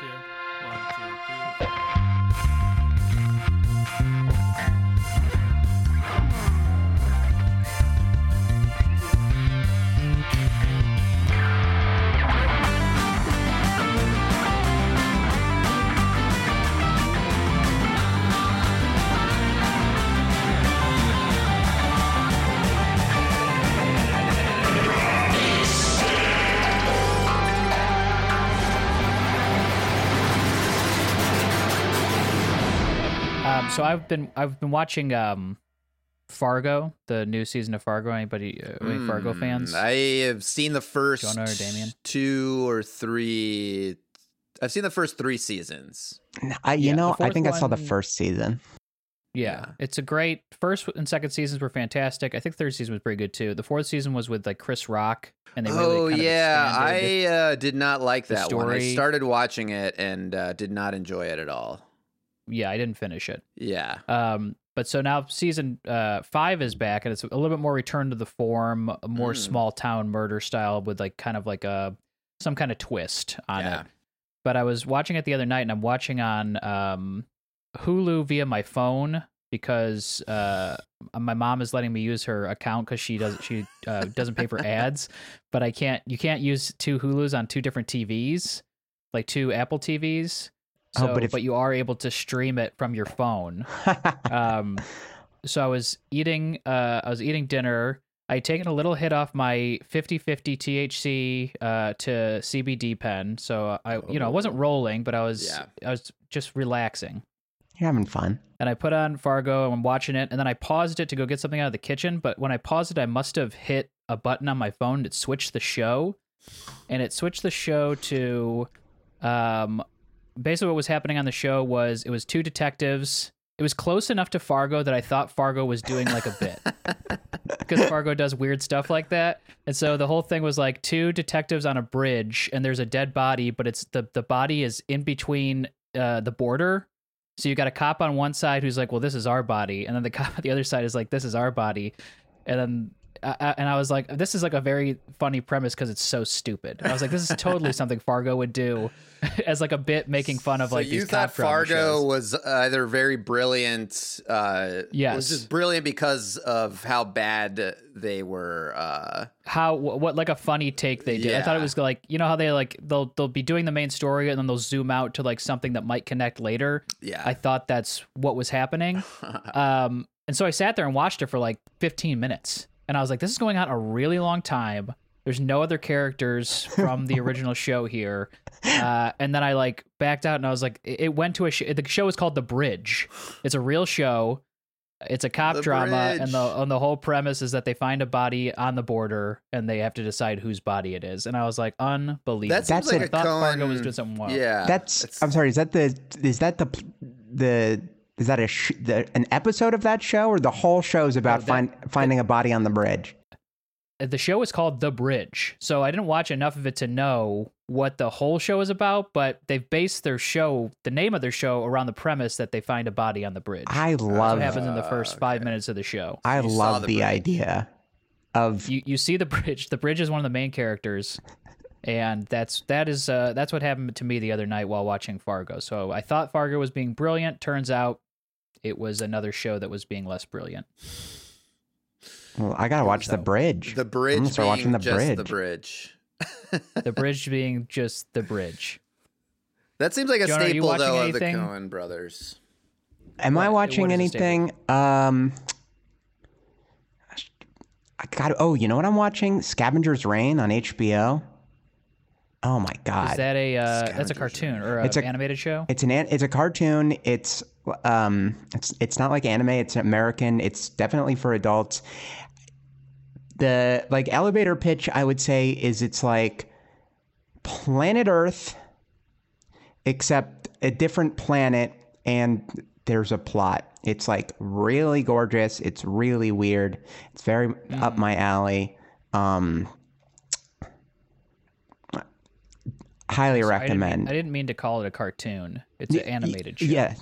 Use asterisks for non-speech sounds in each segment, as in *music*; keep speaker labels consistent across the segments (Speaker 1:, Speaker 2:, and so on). Speaker 1: two, one, two, three.
Speaker 2: Um, so I've been I've been watching um, Fargo, the new season of Fargo. Anybody uh, any Fargo
Speaker 3: Hmm,
Speaker 2: fans?
Speaker 3: I have seen the first
Speaker 2: know or Damien?
Speaker 3: two or three. I've seen the first three seasons.
Speaker 4: I, you
Speaker 2: Yeah, the
Speaker 4: know, I
Speaker 2: fourth
Speaker 4: think I saw the
Speaker 2: one-
Speaker 4: first season. *laughs*
Speaker 2: yeah.
Speaker 3: yeah.
Speaker 2: it's a great first and second seasons were fantastic. I think third season was pretty good too. The fourth season was with like Chris Rock, and they really
Speaker 3: oh
Speaker 2: kind of
Speaker 3: yeah,
Speaker 2: expanded
Speaker 3: I uh, did not like
Speaker 2: the
Speaker 3: that one. I
Speaker 2: story.
Speaker 3: started watching it and uh, did not enjoy it at all.
Speaker 2: yeah, I didn't finish it.
Speaker 3: Yeah,
Speaker 2: Um, but so now season uh, five is back, and it's a little bit more return to the form, a more
Speaker 3: Mm.
Speaker 2: small town murder style with like kind of like a some kind of twist on
Speaker 3: Yeah.
Speaker 2: it. But I was watching it the other night, and I'm watching on um, Hulu via my phone because uh, my mom is letting me use her account because she does she uh, doesn't pay for ads, but I can't you can't use two Hulus on two different TVs, like two Apple TVs.
Speaker 4: Oh,
Speaker 2: So,
Speaker 4: but if-
Speaker 2: but you are able to stream it from your phone um so i was eating uh i was eating dinner i had taken a little hit off my 50 50 thc uh to cbd pen so i you know i wasn't rolling but i was
Speaker 3: Yeah.
Speaker 2: i was just relaxing
Speaker 4: You're having fun.
Speaker 2: and i put on fargo and i'm watching it and then i paused it to go get something out of the kitchen but when i paused it i must have hit a button on my phone that switched the show and it switched the show to um basically what was happening on the show was it was two detectives it was close enough to fargo that i thought fargo was doing like a
Speaker 3: *laughs*
Speaker 2: bit because fargo does weird stuff like that and so the whole thing was like two detectives on a bridge and there's a dead body but it's the the body is in between uh the border so you got a cop on one side who's like well this is our body and then the *laughs* cop on the other side is like this is our body and then I, I- and I was like, this is like a very funny premise because it's so stupid. I was like, this is
Speaker 3: *laughs*
Speaker 2: totally something Fargo would do *laughs* as like a bit making fun of
Speaker 3: so
Speaker 2: like
Speaker 3: you
Speaker 2: these
Speaker 3: thought
Speaker 2: cop drama
Speaker 3: Fargo
Speaker 2: shows.
Speaker 3: was either very brilliant. Uh,
Speaker 2: Yes.
Speaker 3: was just brilliant because of how bad they were. Uh,
Speaker 2: how wh- what like a funny take they did. I thought it
Speaker 3: Yeah.
Speaker 2: was like you know how they like they'll they'll be doing the main story and then they'll zoom out to like something that might connect later.
Speaker 3: yeah, *laughs*
Speaker 2: I thought that's what was happening. Um, and so I sat there and watched it for like 15 minutes, and I was like, "This is going on a really long time. There's no other characters from the
Speaker 3: *laughs*
Speaker 2: original show here." Uh, and then I like backed out, and I was like, "It it went to a sh- the show is called The Bridge. It's a real show. It's a cop
Speaker 3: The
Speaker 2: drama,
Speaker 3: Bridge.
Speaker 2: and the and the whole premise is that they find a body on the border, and they have to decide whose body it is." And I was like, "Unbelievable."
Speaker 3: that seems like
Speaker 4: That's a-
Speaker 3: a
Speaker 2: I thought Fargo was
Speaker 3: Coen-
Speaker 2: doing something wild.
Speaker 3: Yeah,
Speaker 4: That's.
Speaker 3: Uh, it's-
Speaker 4: I'm sorry. Is that the? Is that the? The. Is that a sh- the, an episode of that show or the whole show is about
Speaker 2: that-
Speaker 4: find, finding a body on the bridge?
Speaker 2: the show is called The Bridge. So I didn't watch enough of it to know what the whole show is about, but they've based their show, the name of their show, around the premise that they find a body on the bridge.
Speaker 4: I
Speaker 2: what
Speaker 4: love.
Speaker 2: happens in the
Speaker 3: Ah,
Speaker 2: first five minutes of the show.
Speaker 4: I
Speaker 3: You saw
Speaker 4: love
Speaker 3: the
Speaker 4: the,
Speaker 3: bridge.
Speaker 4: idea of
Speaker 2: You you see the bridge. The bridge is one of the main characters. And that's that is uh, that's what happened to me the other night while watching Fargo. So I thought Fargo was being brilliant. Turns out it was another show that was being less brilliant.
Speaker 4: Well, I gotta watch the bridge.
Speaker 3: the bridge.
Speaker 4: I'm gonna start watching
Speaker 3: being
Speaker 4: the
Speaker 3: just
Speaker 4: bridge.
Speaker 3: The bridge.
Speaker 2: The bridge being just the
Speaker 4: *laughs*
Speaker 2: bridge.
Speaker 3: That seems like a
Speaker 2: Jonah, are you
Speaker 3: staple
Speaker 2: watching
Speaker 3: though
Speaker 2: anything?
Speaker 3: of the Cohen brothers.
Speaker 4: Am I
Speaker 2: What- what
Speaker 4: watching
Speaker 2: is the
Speaker 4: anything? Um, I got. Oh, you know what I'm watching? Scavenger's Reign on HBO. Oh my
Speaker 2: Is
Speaker 4: god!
Speaker 2: that a uh, that's a
Speaker 3: Scavengers.
Speaker 2: cartoon or an
Speaker 4: It's a-
Speaker 2: animated show?
Speaker 4: it's an, an it's a cartoon. It's um it's it's not like anime. It's American. It's definitely for adults. The like elevator pitch I would say is it's like planet Earth, except a different planet, and there's a plot. It's like really gorgeous. It's really weird. It's very up my alley. Um,
Speaker 2: I didn't
Speaker 4: highly
Speaker 2: mean-
Speaker 4: recommend.
Speaker 2: I didn't, mean to call it a cartoon. It's an animated show.
Speaker 4: Yeah.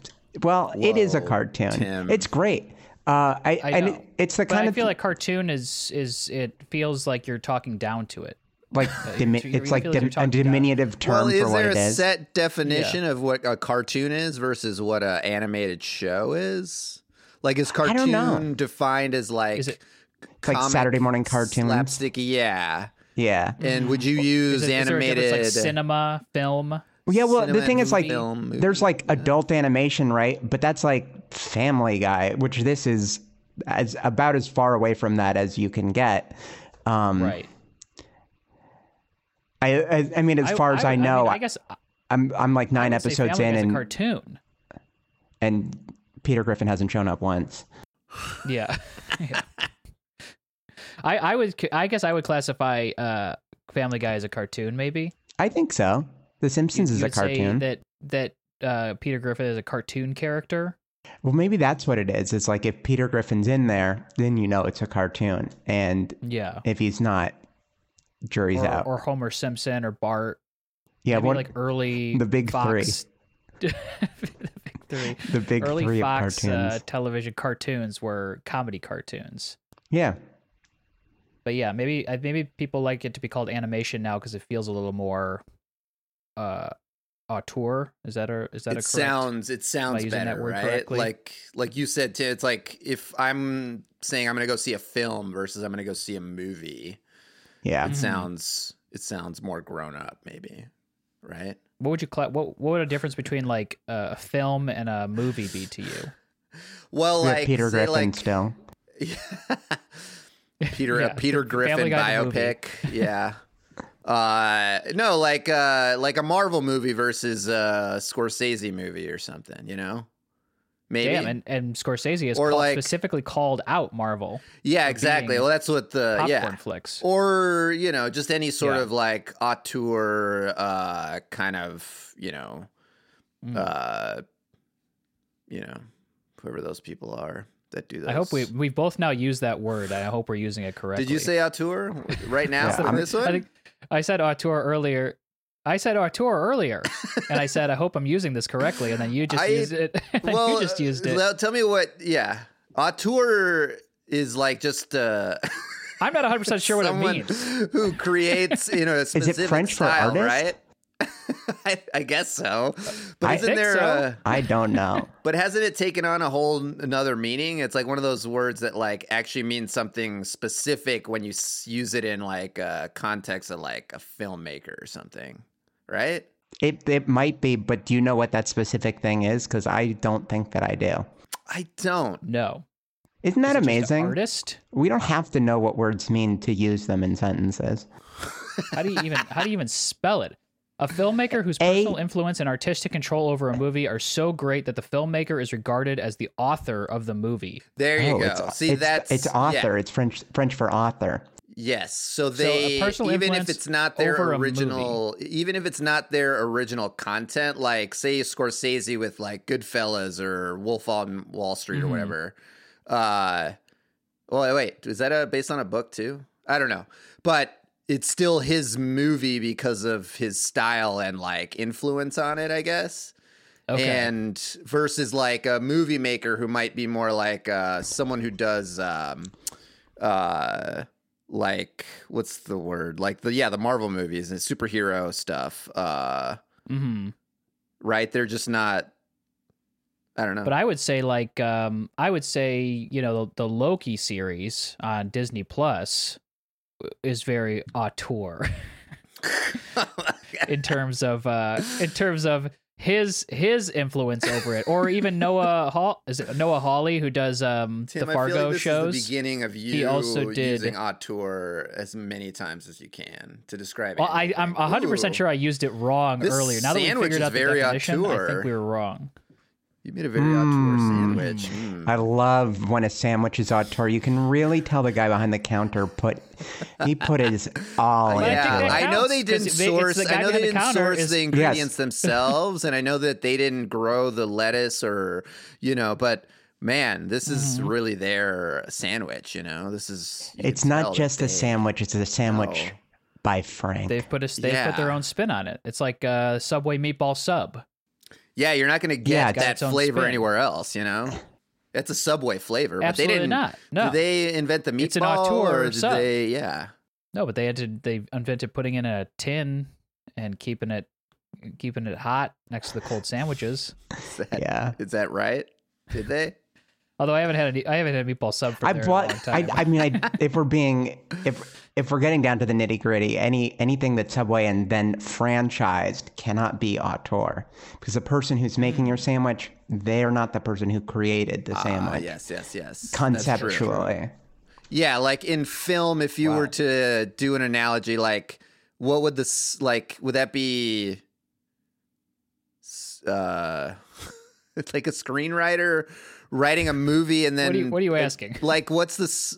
Speaker 4: Well, it is a
Speaker 3: Whoa,
Speaker 4: cartoon.
Speaker 3: Tim.
Speaker 4: It's great. Uh, I,
Speaker 2: I
Speaker 4: and
Speaker 2: know.
Speaker 4: it- it's the
Speaker 2: But
Speaker 4: kind
Speaker 2: I
Speaker 4: of
Speaker 2: feel like cartoon is is it feels like you're talking down to it.
Speaker 4: like dimi-
Speaker 2: so uh, you-
Speaker 4: it's
Speaker 2: you
Speaker 4: like
Speaker 2: feel like
Speaker 4: dim-
Speaker 2: you're
Speaker 4: a
Speaker 2: talking down.
Speaker 4: diminutive term
Speaker 3: well, is
Speaker 4: for what
Speaker 3: there
Speaker 4: it
Speaker 3: a
Speaker 4: is.
Speaker 3: set definition of what a cartoon is versus what an animated show is? Like, is
Speaker 4: I don't know.
Speaker 3: cartoon defined as like
Speaker 2: Is it-
Speaker 4: It's like
Speaker 3: comic
Speaker 4: Saturday morning cartoons.
Speaker 3: slapstick? Yeah.
Speaker 4: Yeah.
Speaker 3: And would you
Speaker 2: Mm. Is,
Speaker 3: use
Speaker 2: it, is there a
Speaker 3: animated?
Speaker 2: difference like cinema, film?
Speaker 4: Well, yeah, well,
Speaker 3: cinema
Speaker 4: the thing
Speaker 3: and
Speaker 4: is, like,
Speaker 3: film movie.
Speaker 4: there's like adult animation, right? But that's like Family Guy, which this is as about as far away from that as you can get. Um,
Speaker 2: Right.
Speaker 4: I, I, I mean, as far as I,
Speaker 2: mean,
Speaker 4: know, I
Speaker 2: I guess I
Speaker 4: am I'm like nine
Speaker 2: would say
Speaker 4: episodes
Speaker 2: Family
Speaker 4: in,
Speaker 2: Guy's a
Speaker 4: and
Speaker 2: cartoon.
Speaker 4: and Peter Griffin hasn't shown up once.
Speaker 2: Yeah. *laughs* Yeah. I I would c- I guess I would classify uh Family Guy as a cartoon maybe.
Speaker 4: I think so. The
Speaker 2: You-
Speaker 4: Simpsons
Speaker 2: you
Speaker 4: is a
Speaker 2: would say
Speaker 4: cartoon.
Speaker 2: that that uh, Peter Griffin is a cartoon character.
Speaker 4: Well, maybe that's what it is. It's like if Peter Griffin's in there, then you know it's a cartoon, and
Speaker 2: Yeah.
Speaker 4: if he's not, jury's
Speaker 2: Or,
Speaker 4: out.
Speaker 2: or Homer Simpson or Bart.
Speaker 4: yeah,
Speaker 2: Maybe
Speaker 4: what
Speaker 2: like early
Speaker 4: the big three.
Speaker 2: Fox, *laughs* three. the big three.
Speaker 4: the big
Speaker 2: early
Speaker 4: three
Speaker 2: Fox
Speaker 4: of cartoons.
Speaker 2: uh, television cartoons were comedy cartoons.
Speaker 4: yeah,
Speaker 2: But yeah, maybe I- maybe people like it to be called animation now because it feels a little more uh auteur. Is that a is that a
Speaker 3: it
Speaker 2: correct?
Speaker 3: sounds it sounds
Speaker 2: using that
Speaker 3: better,
Speaker 2: word
Speaker 3: right?
Speaker 2: correctly?
Speaker 3: Like like you said, Tim, it's like if I'm saying I'm gonna go see a film versus I'm gonna go see a movie,
Speaker 4: yeah.
Speaker 3: it
Speaker 2: Mhm.
Speaker 3: sounds it sounds more grown up, maybe, right?
Speaker 2: What would you cla- what what would a difference between like a film and a movie be to you?
Speaker 3: Well,
Speaker 4: We have
Speaker 3: like
Speaker 4: Peter
Speaker 3: say,
Speaker 4: Griffin
Speaker 3: like,
Speaker 4: still.
Speaker 3: *laughs* Peter
Speaker 2: Yeah,
Speaker 3: a Peter
Speaker 2: Family
Speaker 3: Griffin
Speaker 2: Guy the movie.
Speaker 3: biopic.
Speaker 2: *laughs*
Speaker 3: yeah. Uh no, like uh like a Marvel movie versus a Scorsese movie or something, you know? Maybe.
Speaker 2: Damn, and, and Scorsese is
Speaker 3: Or,
Speaker 2: called-
Speaker 3: like-
Speaker 2: specifically called out Marvel
Speaker 3: yeah,
Speaker 2: for
Speaker 3: exactly.
Speaker 2: being
Speaker 3: Well, that's what the
Speaker 2: popcorn
Speaker 3: Uh, yeah.
Speaker 2: flicks.
Speaker 3: Or, you know, just any sort
Speaker 2: Yeah.
Speaker 3: of like auteur uh kind of, you know,
Speaker 2: Mm.
Speaker 3: uh you know, whoever those people are that do those.
Speaker 2: I hope we we've both now used that word. I hope we're using it correctly.
Speaker 3: Did you say auteur
Speaker 2: *laughs*
Speaker 3: right now
Speaker 4: That's the
Speaker 3: on
Speaker 4: fir-
Speaker 3: this one?
Speaker 2: I think I said auteur earlier. I said auteur earlier, and
Speaker 3: *laughs*
Speaker 2: I said I hope I'm using this correctly, and then you just
Speaker 3: I-
Speaker 2: used it. *laughs* you just
Speaker 3: uh,
Speaker 2: used it.
Speaker 3: well, tell me what. Yeah, auteur is like just uh,
Speaker 2: I'm *laughs* not 100 percent sure what
Speaker 3: someone
Speaker 2: it means.
Speaker 3: who creates
Speaker 2: *laughs*
Speaker 3: you know a specific
Speaker 4: French for
Speaker 3: style,
Speaker 4: artist?
Speaker 3: right? *laughs* I, I guess so. But
Speaker 4: I
Speaker 3: isn't
Speaker 2: think
Speaker 3: there?
Speaker 2: so.
Speaker 3: uh *laughs*
Speaker 4: I don't know.
Speaker 3: but hasn't it taken on a whole n- another meaning? It's like one of those words that like actually means something specific when you s- use it in like a context of like a filmmaker or something, right?
Speaker 4: it it might be, but do you know what that specific thing is? Because I don't think that I do.
Speaker 3: I don't.
Speaker 2: No,
Speaker 4: Isn't
Speaker 2: Is
Speaker 4: that
Speaker 2: it just an
Speaker 4: amazing?
Speaker 2: artist.
Speaker 4: We don't have to know what words mean to use them in sentences.
Speaker 2: How do you even how do you even spell it? A filmmaker whose
Speaker 4: A-
Speaker 2: personal influence and artistic control over a movie are so great that the filmmaker is regarded as the author of the movie.
Speaker 3: There you
Speaker 4: oh,
Speaker 3: go.
Speaker 4: It's,
Speaker 3: See,
Speaker 4: it's,
Speaker 3: that's
Speaker 4: it's
Speaker 3: yeah.
Speaker 4: author. It's French French for author.
Speaker 3: Yes. So
Speaker 2: So a
Speaker 3: they
Speaker 2: personal
Speaker 3: even if
Speaker 2: influence
Speaker 3: it's not their
Speaker 2: over a movie.
Speaker 3: original even if it's not their original content, like say Scorsese with like Goodfellas or Wolf on Wall Street
Speaker 2: Mhm.
Speaker 3: or whatever. Uh well wait, is that a based on a book too? I don't know. But it's still his movie because of his style and like influence on it, I guess.
Speaker 2: Okay,
Speaker 3: And versus like a movie maker who might be more like uh, someone who does um, uh, like what's the word? Like the yeah, the Marvel movies and superhero stuff. Uh,
Speaker 2: hmm
Speaker 3: right? They're just not. I don't know.
Speaker 2: but I would say like um, I would say you know the, the Loki series on Disney Plus is very auteur.
Speaker 3: *laughs*
Speaker 2: in terms of uh in terms of his his influence over it or even Noah Hall is it Noah Hawley who does um the
Speaker 3: Tim, I feel
Speaker 2: Fargo
Speaker 3: like this
Speaker 2: shows
Speaker 3: is the beginning of you
Speaker 2: also did-
Speaker 3: using auteur as many times as you can to describe
Speaker 2: well I I'm
Speaker 3: anything.
Speaker 2: 100%
Speaker 3: Ooh,
Speaker 2: sure I used it wrong
Speaker 3: This
Speaker 2: earlier now that we
Speaker 3: sandwich
Speaker 2: figured
Speaker 3: is
Speaker 2: out the
Speaker 3: very
Speaker 2: definition I think
Speaker 3: auteur.
Speaker 2: we were wrong
Speaker 3: you made a very
Speaker 4: Mm.
Speaker 3: auteur sandwich. Mm.
Speaker 4: I love when a sandwich is auteur. You can really tell the guy behind the counter put he put his all
Speaker 2: But I
Speaker 4: into
Speaker 2: think
Speaker 4: it.
Speaker 2: that
Speaker 3: Oh, I know
Speaker 2: counts,
Speaker 3: they
Speaker 2: 'cause it-
Speaker 3: didn't
Speaker 2: they- it's
Speaker 3: source.
Speaker 2: the guy
Speaker 3: I know
Speaker 2: behind
Speaker 3: they
Speaker 2: the
Speaker 3: didn't
Speaker 2: counter
Speaker 3: source
Speaker 2: is-
Speaker 3: the ingredients themselves, and I know that they didn't grow the lettuce or you know. But man, this is
Speaker 2: Mm-hmm.
Speaker 3: really their sandwich. You know, this is. you can
Speaker 4: It's not
Speaker 3: tell
Speaker 4: just
Speaker 3: that
Speaker 4: a
Speaker 3: they-
Speaker 4: sandwich. It's a sandwich
Speaker 3: No.
Speaker 4: by Frank.
Speaker 2: they've put a, they've put their
Speaker 3: Yeah.
Speaker 2: own spin on it it's like uh Subway meatball sub
Speaker 3: Yeah, you're not going to
Speaker 4: Yeah,
Speaker 3: get
Speaker 4: it's got
Speaker 3: that
Speaker 2: its own
Speaker 3: flavor
Speaker 2: spin.
Speaker 3: anywhere else. You
Speaker 4: *laughs*
Speaker 3: know, it's a Subway flavor, but they
Speaker 2: absolutely
Speaker 3: didn't.
Speaker 2: not no
Speaker 3: Did they invent the meatball?
Speaker 2: It's an auteur
Speaker 3: or did
Speaker 2: sub.
Speaker 3: they? Yeah.
Speaker 2: No, but they had to. They invented putting in a tin and keeping it keeping it hot next to the cold sandwiches.
Speaker 3: Is that,
Speaker 4: Yeah.
Speaker 3: is that right? Did they?
Speaker 2: Although I haven't had any, I haven't had a meatball sub for
Speaker 4: I
Speaker 2: there
Speaker 4: bought.
Speaker 2: in a long
Speaker 4: I,
Speaker 2: time.
Speaker 4: I mean, I, if we're being if if we're getting down to the nitty gritty, any anything that's Subway and then franchised cannot be auteur because the person who's
Speaker 2: Mm.
Speaker 4: making your sandwich, they're not the person who created the
Speaker 3: Ah,
Speaker 4: sandwich
Speaker 3: yes, yes, yes. That's true.
Speaker 4: conceptually.
Speaker 3: Yeah, like in film, if you were to do an analogy, like what would this like? Would that be? s- Uh, *laughs* it's like a screenwriter writing a movie, and then
Speaker 2: what, are you, what are you asking?
Speaker 3: like what's this?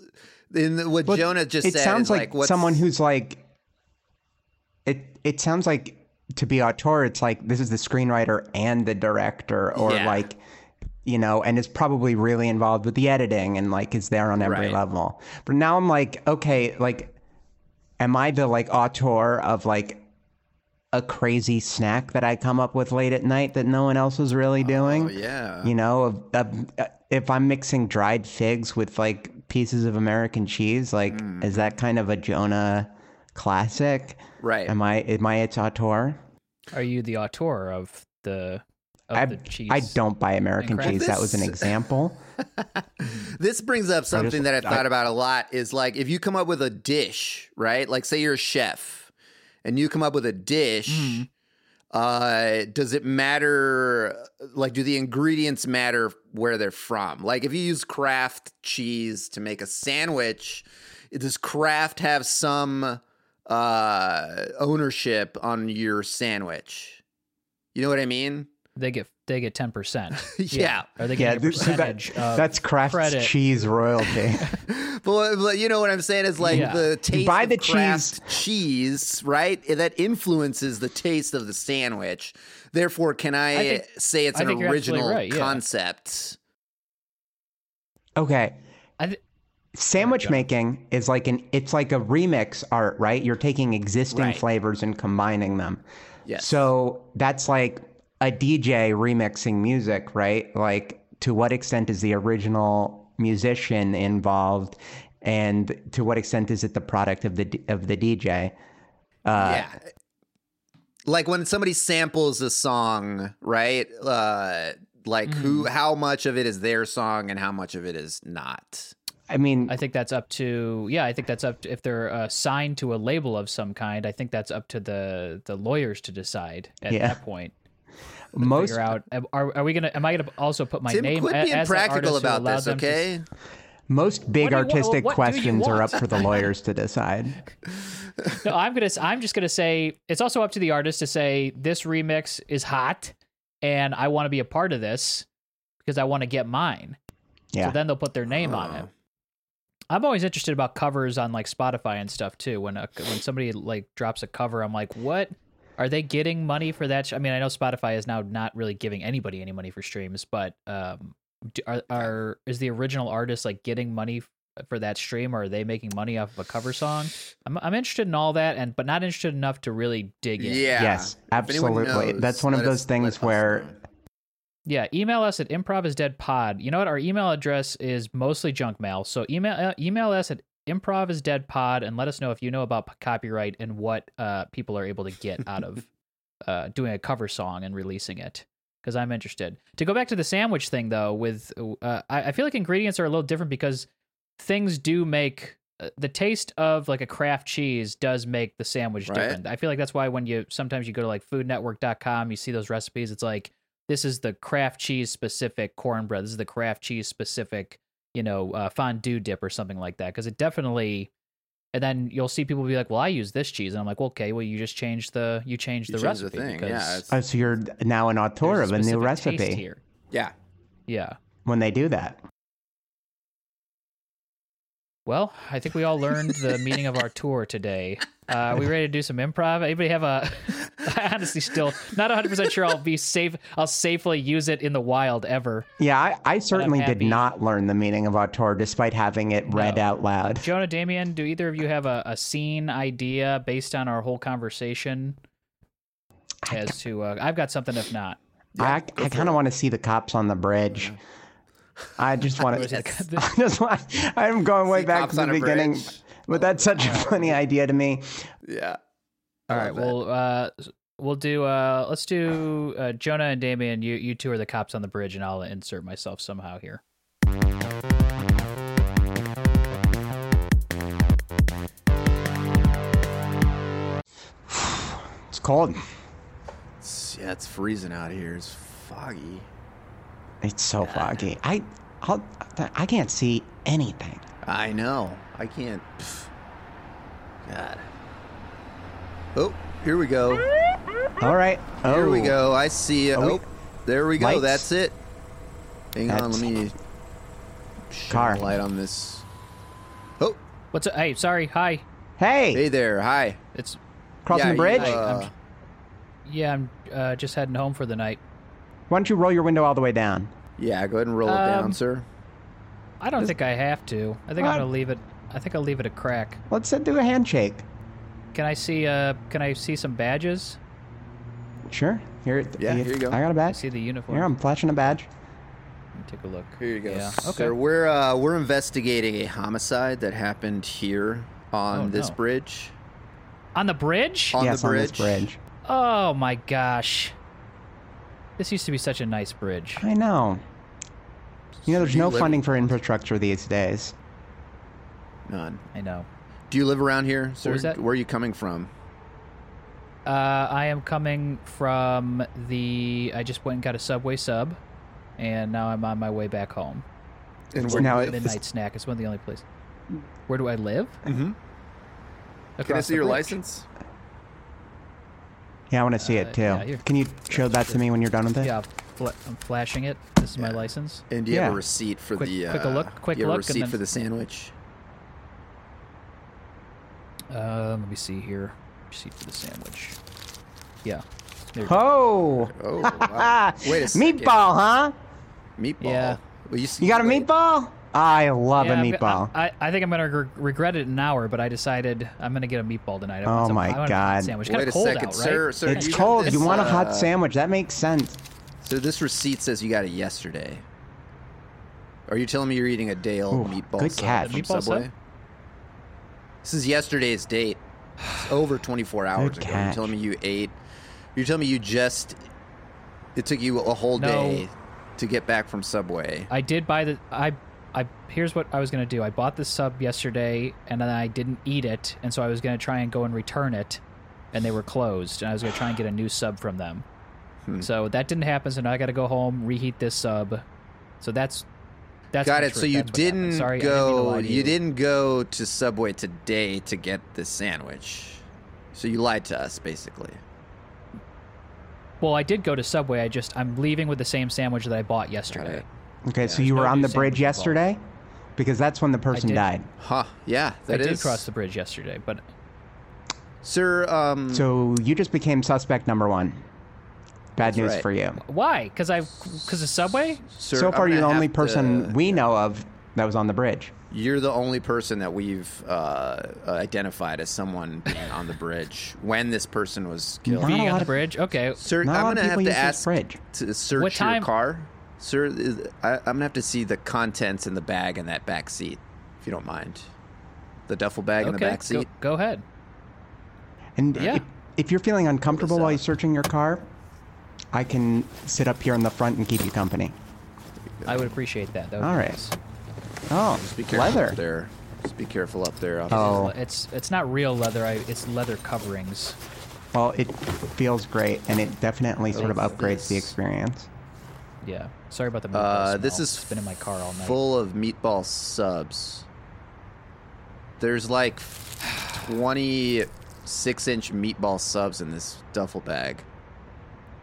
Speaker 3: In the, what
Speaker 4: Well,
Speaker 3: Jonah just
Speaker 4: it
Speaker 3: said,
Speaker 4: sounds
Speaker 3: is
Speaker 4: like,
Speaker 3: what's,
Speaker 4: someone who's like it it sounds like to be auteur it's like this is the screenwriter and the director or
Speaker 3: Yeah.
Speaker 4: like you know and is probably really involved with the editing and like is there on every
Speaker 3: Right.
Speaker 4: level but now i'm like okay like am i the like auteur of like a crazy snack that i come up with late at night that no one else is really doing
Speaker 3: Oh, yeah,
Speaker 4: you know, of- of- uh, if I'm mixing dried figs with like pieces of American cheese, like
Speaker 3: Mm.
Speaker 4: is that kind of a Jonah classic?
Speaker 3: right.
Speaker 4: Am I am I its auteur?
Speaker 2: Are you the auteur of the of
Speaker 4: I,
Speaker 2: the cheese?
Speaker 4: I don't buy American
Speaker 2: crap.
Speaker 4: cheese. That was an
Speaker 3: This-
Speaker 4: example.
Speaker 3: This brings up something that I've thought about a lot is like if you come up with a dish, right? Like say you're a chef and you come up with a dish, uh, does it matter like do the ingredients matter where they're from? Like if you use Kraft cheese to make a sandwich, does Kraft have some uh ownership on your sandwich? You know what I mean? *laughs*
Speaker 2: They get they get ten
Speaker 4: *laughs*
Speaker 2: percent.
Speaker 3: Yeah.
Speaker 2: Or they
Speaker 4: Yeah,
Speaker 2: get a
Speaker 4: this- that-
Speaker 2: percentage of
Speaker 4: that's Kraft's
Speaker 2: credit. *laughs*
Speaker 4: cheese royalty.
Speaker 3: But, but you know what I'm saying is like
Speaker 2: Yeah.
Speaker 3: the taste
Speaker 4: buy
Speaker 3: of
Speaker 4: the
Speaker 3: Kraft cheese, right? That influences the taste of the sandwich. Therefore, can I,
Speaker 2: I think-
Speaker 3: say it's
Speaker 2: I
Speaker 3: an
Speaker 2: think you're absolutely
Speaker 3: original
Speaker 2: right, yeah.
Speaker 3: concept?
Speaker 4: okay.
Speaker 2: I th-
Speaker 4: Sandwich making is like an it's like a remix art, right? You're taking existing
Speaker 3: Right.
Speaker 4: flavors and combining them.
Speaker 3: Yes.
Speaker 4: So that's like a DJ remixing music, right? Like, to what extent is the original musician involved, and to what extent is it the product of the d- of the DJ? Uh,
Speaker 3: yeah. Like when somebody samples a song, right? Uh, like
Speaker 2: Mm.
Speaker 3: who, how much of it is their song and how much of it is not?
Speaker 4: I mean,
Speaker 2: I think that's up to yeah. I think that's up to, if they're uh, signed to a label of some kind. I think that's up to the the lawyers to decide at
Speaker 4: Yeah.
Speaker 2: that point.
Speaker 4: most
Speaker 2: Figure out am- are, are we gonna am I gonna also put my
Speaker 3: Tim,
Speaker 2: name
Speaker 3: quit
Speaker 2: a-
Speaker 3: being
Speaker 2: as the
Speaker 3: practical
Speaker 2: artist who
Speaker 3: about
Speaker 2: allowed
Speaker 3: this,
Speaker 2: them to-
Speaker 3: okay?
Speaker 4: most big
Speaker 2: do you wa-
Speaker 4: artistic
Speaker 2: what do you
Speaker 4: questions are up
Speaker 2: want?
Speaker 4: for the lawyers to
Speaker 2: *laughs*
Speaker 4: decide.
Speaker 2: *laughs* no, I'm gonna s- I'm just gonna say it's also up to the artist to say this remix is hot and I want to be a part of this because I want to get mine.
Speaker 4: Yeah.
Speaker 2: So then they'll put their name on it.
Speaker 3: Oh.
Speaker 2: I'm always interested about covers on like Spotify and stuff too. When a, when somebody like drops a cover, I'm like, what? Are they getting money for that? sh-" I mean, I know Spotify is now not really giving anybody any money for streams, but um, do, are, are is the original artist like getting money f- for that stream, or are they making money off of a cover song? I'm I'm interested in all that, and but not interested enough to really dig in.
Speaker 3: Yeah.
Speaker 4: Yes,
Speaker 3: If anyone
Speaker 4: absolutely.
Speaker 3: knows,
Speaker 4: That's one of
Speaker 3: let us-
Speaker 4: those things
Speaker 3: let us
Speaker 4: where-
Speaker 3: know.
Speaker 2: Yeah, email us at improvisdeadpod. You know what? Our email address is mostly junk mail. So email uh, email us at improvisdeadpod and let us know if you know about p- copyright and what uh, people are able to get out of uh, doing a cover song and releasing it. Because I'm interested. To go back to the sandwich thing though, with uh, I, I feel like ingredients are a little different because things do make uh, the taste of like a craft cheese does make the sandwich
Speaker 3: Right.
Speaker 2: different. I feel like that's why when you sometimes you go to like foodnetwork.com, you see those recipes, it's like this is the craft cheese specific cornbread. This is the craft cheese specific, you know, uh, fondue dip or something like that. Because it definitely, and then you'll see people be like, "Well, I use this cheese," and I'm like, well, "Okay, well, you just changed the you changed
Speaker 3: You
Speaker 2: the
Speaker 3: change the
Speaker 2: recipe
Speaker 3: thing, yeah,
Speaker 2: because
Speaker 3: it's-
Speaker 4: Oh, so you're now an auteur
Speaker 2: there's
Speaker 4: of a new
Speaker 2: specific taste
Speaker 4: recipe
Speaker 2: here."
Speaker 3: Yeah.
Speaker 4: *laughs*
Speaker 2: Yeah.
Speaker 4: when they do that.
Speaker 2: Well, I think we all learned the meaning of our tour today. Uh, are we ready to do some improv? Anybody have a? *laughs* I honestly still not 100 percent sure I'll be safe. I'll safely use it in the wild ever.
Speaker 4: Yeah, I, I certainly did
Speaker 2: happy.
Speaker 4: not learn the meaning of auteur despite having it read
Speaker 2: No.
Speaker 4: out loud.
Speaker 2: Jonah, Damien, do either of you have a, a scene idea based on our whole conversation? As to, uh, I've got something. If not,
Speaker 4: I, I kind of want to see the cops on the bridge. I just want to.
Speaker 3: Yes.
Speaker 4: *laughs* I just want. I'm going way
Speaker 3: See
Speaker 4: back
Speaker 3: cops
Speaker 4: to the
Speaker 3: on a
Speaker 4: beginning.
Speaker 3: bridge.
Speaker 4: But that's such a funny idea to me.
Speaker 3: Yeah.
Speaker 2: All
Speaker 3: I
Speaker 2: right,
Speaker 3: love it.
Speaker 2: well, uh, we'll do. Uh, let's do uh, Jonah and Damien. You you two are the cops on the bridge, and I'll insert myself somehow here.
Speaker 4: It's cold.
Speaker 3: It's- yeah, it's freezing out here. It's foggy.
Speaker 4: It's so foggy. I I'll, I can't see anything.
Speaker 3: I know. I can't. pff. God. Oh, here we go.
Speaker 4: All right. Oh,
Speaker 3: Here we go. I see it.
Speaker 4: Are we-
Speaker 3: Oh, there we go.
Speaker 4: Lights?
Speaker 3: That's it. Hang on.
Speaker 4: That's-
Speaker 3: Let me shine
Speaker 4: Car.
Speaker 3: a light on this. Oh,
Speaker 2: What's up? Hey, sorry. Hi.
Speaker 4: Hey,
Speaker 3: hey there. Hi.
Speaker 2: It's
Speaker 4: crossing
Speaker 3: Yeah,
Speaker 4: the bridge.
Speaker 3: You, uh,
Speaker 2: yeah. I'm uh, just heading home for the night.
Speaker 4: Why don't you roll your window all the way down?
Speaker 3: yeah, go ahead and roll it
Speaker 2: Um,
Speaker 3: down, sir.
Speaker 2: I don't think I have to. I think
Speaker 4: What?
Speaker 2: I'm gonna leave it. I think I'll leave it a crack.
Speaker 4: Let's uh, do a handshake.
Speaker 2: Can I see? Uh, can I see some badges?
Speaker 4: Sure. Here.
Speaker 3: Yeah, here you go.
Speaker 4: I got a
Speaker 2: I
Speaker 4: badge.
Speaker 2: see the uniform.
Speaker 4: Here, I'm flashing a badge.
Speaker 2: Let me Take a look.
Speaker 3: Here you go.
Speaker 2: Yeah.
Speaker 3: Sir,
Speaker 2: Okay.
Speaker 3: we're uh, we're investigating a homicide that happened here on
Speaker 2: Oh,
Speaker 3: this
Speaker 2: no.
Speaker 3: bridge.
Speaker 2: On the bridge?
Speaker 3: On the
Speaker 4: yes, on this
Speaker 3: bridge.
Speaker 4: bridge.
Speaker 2: Oh my gosh. This used to be such a nice bridge.
Speaker 4: I know. You know, there's
Speaker 3: you
Speaker 4: no
Speaker 3: live-
Speaker 4: funding for infrastructure these days.
Speaker 3: None.
Speaker 2: I know.
Speaker 3: uh, Do you live around here, sir?
Speaker 2: was that?
Speaker 3: Where are you coming from?
Speaker 2: Uh, I am coming from the. I just went and got a Subway sub, and now I'm on my way back home.
Speaker 3: And
Speaker 4: where do Now you live?
Speaker 2: Midnight snack. It's one of the only places. Where do I live?
Speaker 3: Mhm. Can I
Speaker 2: Across
Speaker 3: see
Speaker 2: the
Speaker 3: your
Speaker 2: bridge.
Speaker 3: license?
Speaker 4: Yeah, I want to see
Speaker 3: Uh,
Speaker 4: it too.
Speaker 2: yeah, here.
Speaker 4: Can you show that to me when you're done with it?
Speaker 2: Yeah, fl- I'm flashing it. This is my license.
Speaker 3: And do you have
Speaker 4: Yeah.
Speaker 3: a receipt for
Speaker 2: Quick-
Speaker 3: the? Uh,
Speaker 2: quick a look, quick
Speaker 3: you have
Speaker 2: look, and
Speaker 3: a receipt
Speaker 2: then-
Speaker 3: for the sandwich.
Speaker 4: *laughs*
Speaker 2: Uh, let me see here. Receipt for the sandwich. Yeah. There you go.
Speaker 4: Oh.
Speaker 3: Oh, wow. Wait a second.
Speaker 4: Ah, meatball, huh?
Speaker 3: Meatball.
Speaker 2: Yeah.
Speaker 3: Well, you,
Speaker 4: You got a
Speaker 3: wait.
Speaker 4: meatball? I love
Speaker 2: Yeah,
Speaker 4: a
Speaker 2: I'm go-
Speaker 4: meatball.
Speaker 2: I, I, I think I'm gonna reg- regret it in an hour, but I decided I'm gonna get a meatball tonight. I
Speaker 4: Oh
Speaker 2: want some, I
Speaker 4: my
Speaker 2: want a hot
Speaker 4: God.
Speaker 2: Sandwich. It's
Speaker 3: Wait
Speaker 2: kinda
Speaker 3: a
Speaker 2: cold
Speaker 3: second,
Speaker 2: out,
Speaker 3: sir.
Speaker 2: right?
Speaker 3: Sir,
Speaker 4: it's
Speaker 3: you got
Speaker 4: cold.
Speaker 3: this,
Speaker 4: you want a hot
Speaker 3: uh,
Speaker 4: sandwich? That makes sense.
Speaker 3: So this receipt says you got it yesterday. Are you telling me you're eating a day old
Speaker 4: Ooh,
Speaker 3: meatball
Speaker 4: good
Speaker 3: sub
Speaker 4: catch.
Speaker 3: from
Speaker 2: Meatball sub?
Speaker 3: Subway? This is yesterday's date. It's
Speaker 4: *sighs*
Speaker 3: over 24 hours
Speaker 4: Good
Speaker 3: ago. You're
Speaker 4: catch.
Speaker 3: telling me you ate. You're telling me you just. It took you a whole
Speaker 2: No.
Speaker 3: day to get back from Subway.
Speaker 2: I did buy the. I, I. Here's what I was gonna do. I bought the sub yesterday, and then I didn't eat it, and so I was gonna try and go and return it, and they were closed, and I was gonna try and get a new sub from them.
Speaker 3: Hmm.
Speaker 2: So that didn't happen. So now I gotta go home, reheat this sub. So that's. That's
Speaker 3: got
Speaker 2: my
Speaker 3: it. So
Speaker 2: truth.
Speaker 3: you
Speaker 2: That's what happened.
Speaker 3: didn't
Speaker 2: Sorry, I didn't mean to
Speaker 3: go.
Speaker 2: lie to
Speaker 3: you didn't go to Subway today to get this sandwich. So you lied to us, basically.
Speaker 2: Well, I did go to Subway. I just I'm leaving with the same sandwich that I bought yesterday.
Speaker 3: it.
Speaker 4: Okay, so you
Speaker 2: no
Speaker 4: were on
Speaker 2: new
Speaker 4: the bridge
Speaker 2: sandwich involved.
Speaker 4: yesterday? Because that's when the person
Speaker 2: did.
Speaker 4: died.
Speaker 3: Huh? Yeah, that
Speaker 2: I
Speaker 3: is.
Speaker 2: did cross the bridge yesterday, but
Speaker 3: Sir, um,
Speaker 4: So you just became suspect number one. Bad
Speaker 3: That's
Speaker 4: news
Speaker 3: right.
Speaker 4: for you.
Speaker 2: why? Because I because of Subway.
Speaker 3: sir,
Speaker 4: so
Speaker 3: I'm
Speaker 4: far,
Speaker 3: gonna
Speaker 4: you're the
Speaker 3: have
Speaker 4: only person
Speaker 3: to-
Speaker 4: we know of that was on the bridge.
Speaker 3: You're the only person that we've uh, identified as someone being on the bridge when this person was killed.
Speaker 4: Not a
Speaker 2: Being on
Speaker 4: lot
Speaker 2: the
Speaker 4: of-
Speaker 2: bridge. Okay.
Speaker 3: Sir,
Speaker 4: Not a lot
Speaker 3: I'm
Speaker 4: of
Speaker 3: gonna have
Speaker 4: people
Speaker 3: to
Speaker 4: use this
Speaker 3: ask
Speaker 4: bridge.
Speaker 3: to search
Speaker 2: What time-
Speaker 3: your car, sir. is- I, I'm gonna have to see the contents in the bag in that back seat, if you don't mind. The duffel bag in the
Speaker 2: okay.
Speaker 3: back seat.
Speaker 2: Go, go ahead.
Speaker 4: And
Speaker 2: Yeah.
Speaker 4: if, if you're feeling uncomfortable while you're searching your car, I can sit up here in the front and keep you company.
Speaker 2: I would appreciate that. that would
Speaker 4: All
Speaker 2: be
Speaker 4: right.
Speaker 2: nice.
Speaker 4: Oh,
Speaker 3: Just be careful up
Speaker 4: leather.
Speaker 3: there. Just be careful up there. officer.
Speaker 4: Oh,
Speaker 2: It's it's not real leather. I, it's leather coverings.
Speaker 4: well, it feels great, and it definitely sort of
Speaker 3: What's
Speaker 4: upgrades the
Speaker 3: this?
Speaker 4: experience.
Speaker 2: Yeah. Sorry about the. meatball
Speaker 3: Uh, this
Speaker 2: smell.
Speaker 3: is
Speaker 2: it's been in my car all night.
Speaker 3: Full of meatball subs. There's like 26 inch meatball subs in this duffel bag.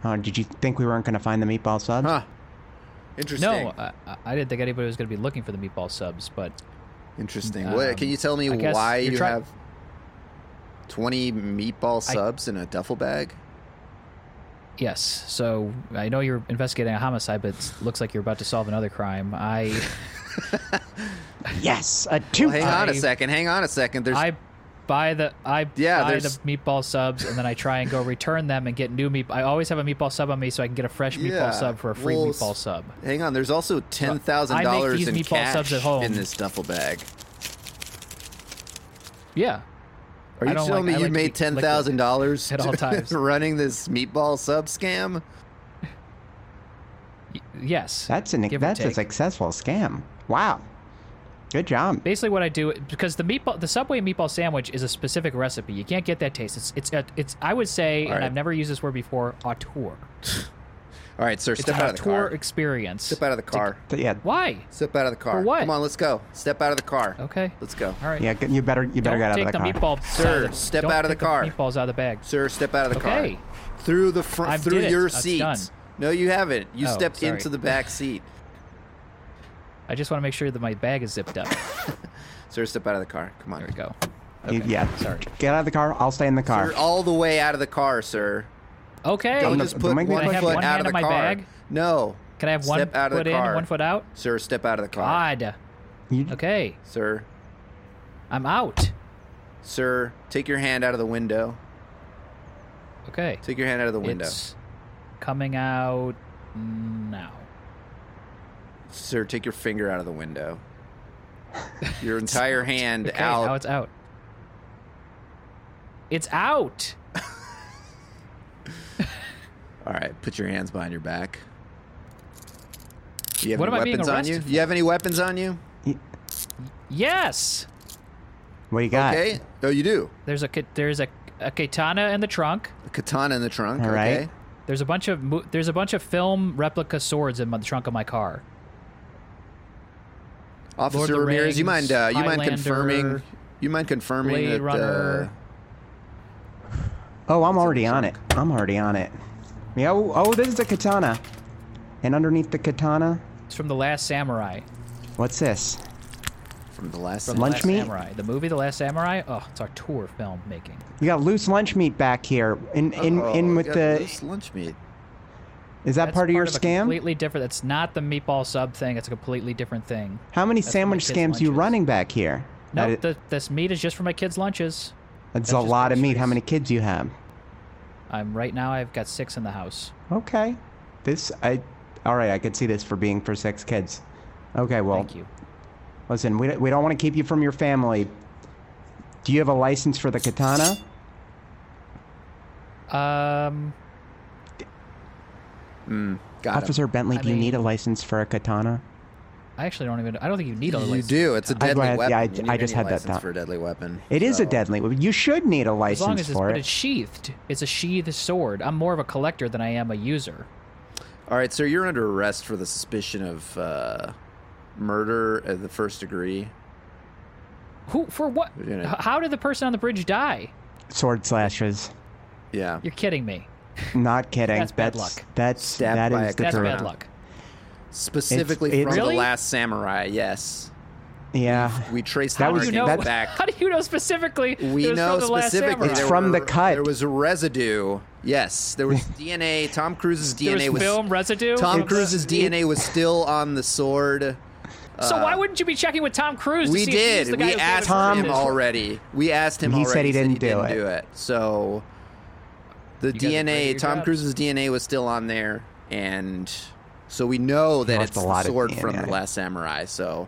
Speaker 4: Oh, did you think we weren't going to find the meatball subs?
Speaker 3: Huh. Interesting.
Speaker 2: No, I, I- I didn't think anybody was going to be looking for the meatball subs, but
Speaker 3: Interesting.
Speaker 2: Um,
Speaker 3: what, can you tell me
Speaker 2: I guess
Speaker 3: why
Speaker 2: you're
Speaker 3: you
Speaker 2: try-
Speaker 3: have 20 meatball subs in a duffel bag?
Speaker 2: Yes. So I know you're investigating a homicide, but it looks like you're about to solve another crime. I
Speaker 4: Yes, a two.
Speaker 3: Hang on
Speaker 2: I-
Speaker 3: a second. Hang on a second. *laughs* There's
Speaker 2: I buy the I
Speaker 3: Yeah,
Speaker 2: buy
Speaker 3: there's-
Speaker 2: the meatball subs and then I try and go return them and get new meat. I always have a meatball sub on me so I can get a fresh meatball
Speaker 3: Yeah,
Speaker 2: sub for a free
Speaker 3: well,
Speaker 2: meatball
Speaker 3: s-
Speaker 2: sub.
Speaker 3: Hang on. There's also $10,000
Speaker 2: these
Speaker 3: in
Speaker 2: meatball
Speaker 3: cash
Speaker 2: subs at home.
Speaker 3: in this duffel bag.
Speaker 2: Yeah.
Speaker 3: Are
Speaker 2: I
Speaker 3: you
Speaker 2: don't
Speaker 3: telling
Speaker 2: like-
Speaker 3: me
Speaker 2: I
Speaker 3: you
Speaker 2: like to
Speaker 3: made
Speaker 2: be
Speaker 3: ten
Speaker 2: liquid
Speaker 3: thousand dollars
Speaker 2: at all times.
Speaker 3: *laughs* running this meatball sub scam?
Speaker 2: Y- yes.
Speaker 4: That's an
Speaker 2: Give or
Speaker 4: that's a
Speaker 2: take.
Speaker 4: successful scam. Wow, good job.
Speaker 2: Basically, what I do because the meatball, the Subway meatball sandwich is a specific recipe. You can't get that taste. It's it's a- it's. I would say,
Speaker 3: All
Speaker 2: and
Speaker 3: right.
Speaker 2: I've never used this word before, auteur.
Speaker 3: All right, sir,
Speaker 2: It's
Speaker 3: step
Speaker 2: an
Speaker 3: out of the
Speaker 2: auteur
Speaker 3: car.
Speaker 2: experience.
Speaker 3: Step out of the car.
Speaker 4: Yeah,
Speaker 2: Why?
Speaker 3: Step out of the
Speaker 2: For
Speaker 3: car.
Speaker 2: what?
Speaker 3: Come on, let's go. Step out of the car.
Speaker 2: Okay.
Speaker 3: Let's go.
Speaker 2: All right.
Speaker 4: yeah. g- You better you
Speaker 2: Don't
Speaker 4: better get out
Speaker 2: take
Speaker 4: of the car.
Speaker 2: meatball.
Speaker 3: Sir,
Speaker 2: out of the-
Speaker 3: step
Speaker 2: don't
Speaker 3: out of the
Speaker 2: take
Speaker 3: car.
Speaker 2: meatballs out of the bag.
Speaker 3: Sir, step out of the
Speaker 2: Okay.
Speaker 3: car. Through the front
Speaker 2: I
Speaker 3: through
Speaker 2: did it.
Speaker 3: your
Speaker 2: That's
Speaker 3: seat.
Speaker 2: done.
Speaker 3: No, you haven't. You
Speaker 2: Oh,
Speaker 3: stepped
Speaker 2: sorry.
Speaker 3: into the back seat.
Speaker 2: I just want to make sure that my bag is zipped up.
Speaker 3: Sir, step out of the car. Come on.
Speaker 2: There we go.
Speaker 4: You- Yeah,
Speaker 2: Sorry.
Speaker 4: Get out of the car. I'll stay in the car.
Speaker 3: You're all the way out of the car, sir.
Speaker 2: Okay.
Speaker 3: Don't
Speaker 4: no,
Speaker 3: just
Speaker 4: don't
Speaker 3: put one
Speaker 4: make me
Speaker 3: foot
Speaker 4: look- Can I have
Speaker 2: one
Speaker 3: out
Speaker 2: hand
Speaker 3: of
Speaker 2: in
Speaker 3: the
Speaker 2: my
Speaker 3: car.
Speaker 2: bag?
Speaker 3: No.
Speaker 2: Can I have one
Speaker 3: Step out of
Speaker 2: foot
Speaker 3: the
Speaker 2: in,
Speaker 3: car.
Speaker 2: one foot out?
Speaker 3: Sir, step out of the car.
Speaker 2: God.
Speaker 4: You-
Speaker 2: Okay.
Speaker 3: Sir,
Speaker 2: I'm out.
Speaker 3: sir, take your hand out of the window.
Speaker 2: Okay.
Speaker 3: Take your hand out of the window.
Speaker 2: It's coming out now.
Speaker 3: Sir, take your finger out of the window.
Speaker 2: *laughs*
Speaker 3: Your entire hand
Speaker 2: Okay, now
Speaker 3: out.
Speaker 2: it's out. It's out.
Speaker 3: All right, put your hands behind your back. Do you have
Speaker 2: What
Speaker 3: any
Speaker 2: am I being
Speaker 3: weapons on
Speaker 2: arrested
Speaker 3: you? Do you have any weapons on you?
Speaker 2: Yes.
Speaker 4: What do you got?
Speaker 3: Okay. Oh, you do.
Speaker 2: There's a ki- there's a, a katana in the trunk.
Speaker 3: A katana in the trunk.
Speaker 4: All right.
Speaker 3: okay.
Speaker 2: There's a bunch of mo- there's a bunch of film replica swords in my, the trunk of my car.
Speaker 3: Officer
Speaker 2: Lord of the
Speaker 3: Ramirez, you
Speaker 2: Rings,
Speaker 3: mind uh, you mind
Speaker 2: Highlander,
Speaker 3: confirming you mind confirming
Speaker 2: Blade
Speaker 3: that uh,
Speaker 2: Runner.
Speaker 4: Oh, I'm already on it. I'm already on it. Yeah. Oh, oh, this is a katana. And underneath the katana,
Speaker 2: It's from the Last Samurai.
Speaker 4: what's this?
Speaker 3: uh, from the last
Speaker 2: From
Speaker 3: sentence-
Speaker 4: Lunch
Speaker 2: the Last
Speaker 4: meat?
Speaker 2: Samurai, the movie, The Last Samurai. Oh, it's our tour film making.
Speaker 4: You got loose lunch meat back here. In in
Speaker 3: Oh,
Speaker 4: in with
Speaker 3: yeah,
Speaker 4: the
Speaker 3: loose lunch meat.
Speaker 4: is that
Speaker 2: That's
Speaker 4: part of your
Speaker 2: a
Speaker 4: scam?
Speaker 2: Completely different. That's not the meatball sub thing. It's a completely different thing.
Speaker 4: How many
Speaker 2: my
Speaker 4: sandwich
Speaker 2: kids'
Speaker 4: scams you
Speaker 2: lunches.
Speaker 4: running back here?
Speaker 2: No,
Speaker 4: That-
Speaker 2: th- this meat is just for my kids' lunches. that's
Speaker 4: that's a
Speaker 2: just
Speaker 4: lot of meat. How
Speaker 2: groceries.
Speaker 4: many kids you have?
Speaker 2: I'm right now. I've got six in the house.
Speaker 4: Okay. This I all right. I could see this for being for six kids. Okay. Well,
Speaker 2: Thank you.
Speaker 4: listen. We don't- we don't want to keep you from your family. Do you have a license for the katana?
Speaker 2: Um,
Speaker 3: Got him.
Speaker 4: Officer Bentley,
Speaker 2: I
Speaker 4: do you need a
Speaker 2: mean-
Speaker 4: license for a katana?
Speaker 2: I actually don't even. I don't think you need all
Speaker 3: You
Speaker 2: these.
Speaker 3: do. It's a
Speaker 4: I-
Speaker 3: deadly
Speaker 4: yeah,
Speaker 3: weapon.
Speaker 4: I-
Speaker 3: You need
Speaker 4: I just
Speaker 3: any
Speaker 4: had that
Speaker 3: license
Speaker 4: thought.
Speaker 3: for a deadly weapon.
Speaker 4: It is a
Speaker 3: so-
Speaker 4: deadly. weapon. You should need a
Speaker 2: As long
Speaker 4: license
Speaker 2: as it's,
Speaker 4: for
Speaker 2: but
Speaker 4: it.
Speaker 2: it's sheathed. It's a sheathed sword. I'm more of a collector than I am a user.
Speaker 3: All right, sir, you're under arrest for the suspicion of uh, murder at the first degree.
Speaker 2: Who for what?
Speaker 3: We're doing it.
Speaker 2: H- How did the person on the bridge die?
Speaker 4: Sword slashes.
Speaker 3: Yeah.
Speaker 2: You're kidding me.
Speaker 4: Not kidding.
Speaker 2: That's bad luck.
Speaker 4: That's
Speaker 3: Stabbed
Speaker 4: that
Speaker 3: by
Speaker 4: is
Speaker 3: a
Speaker 4: the
Speaker 2: That's
Speaker 4: truth.
Speaker 2: bad luck.
Speaker 3: Specifically
Speaker 4: It's-
Speaker 3: from
Speaker 2: Really?
Speaker 3: the last samurai, yes.
Speaker 4: Yeah.
Speaker 3: We traced
Speaker 4: That
Speaker 3: the
Speaker 4: was-
Speaker 2: You
Speaker 3: marking
Speaker 2: know,
Speaker 3: back.
Speaker 2: how do you know specifically? *laughs* it
Speaker 3: We
Speaker 2: was
Speaker 3: know
Speaker 2: from the Last
Speaker 3: specifically
Speaker 2: Samurai?
Speaker 3: there
Speaker 4: It's from
Speaker 3: were-
Speaker 4: the cut.
Speaker 3: There was residue. Yes, there
Speaker 2: *laughs*
Speaker 3: was DNA. Tom Cruise's
Speaker 2: There
Speaker 3: DNA
Speaker 2: was film residue.
Speaker 3: Tom
Speaker 2: It's-
Speaker 3: Cruise's DNA was still on the sword.
Speaker 2: So why wouldn't you be checking with Tom Cruise?
Speaker 3: uh, We
Speaker 2: to see If he's
Speaker 3: did.
Speaker 2: the guy
Speaker 3: We
Speaker 2: who gave
Speaker 3: asked
Speaker 2: it to
Speaker 4: Tom-
Speaker 3: him already. We asked him.
Speaker 4: He
Speaker 3: already,
Speaker 4: said he didn't do it.
Speaker 3: So the
Speaker 2: guys are great at
Speaker 3: DNA,
Speaker 2: your
Speaker 3: Tom
Speaker 2: jobs.
Speaker 3: Cruise's DNA was still on there, and so we know that
Speaker 4: lost
Speaker 3: it's
Speaker 4: a
Speaker 3: the
Speaker 4: lot of
Speaker 3: sword from
Speaker 4: DNA.
Speaker 3: the Last Samurai. So,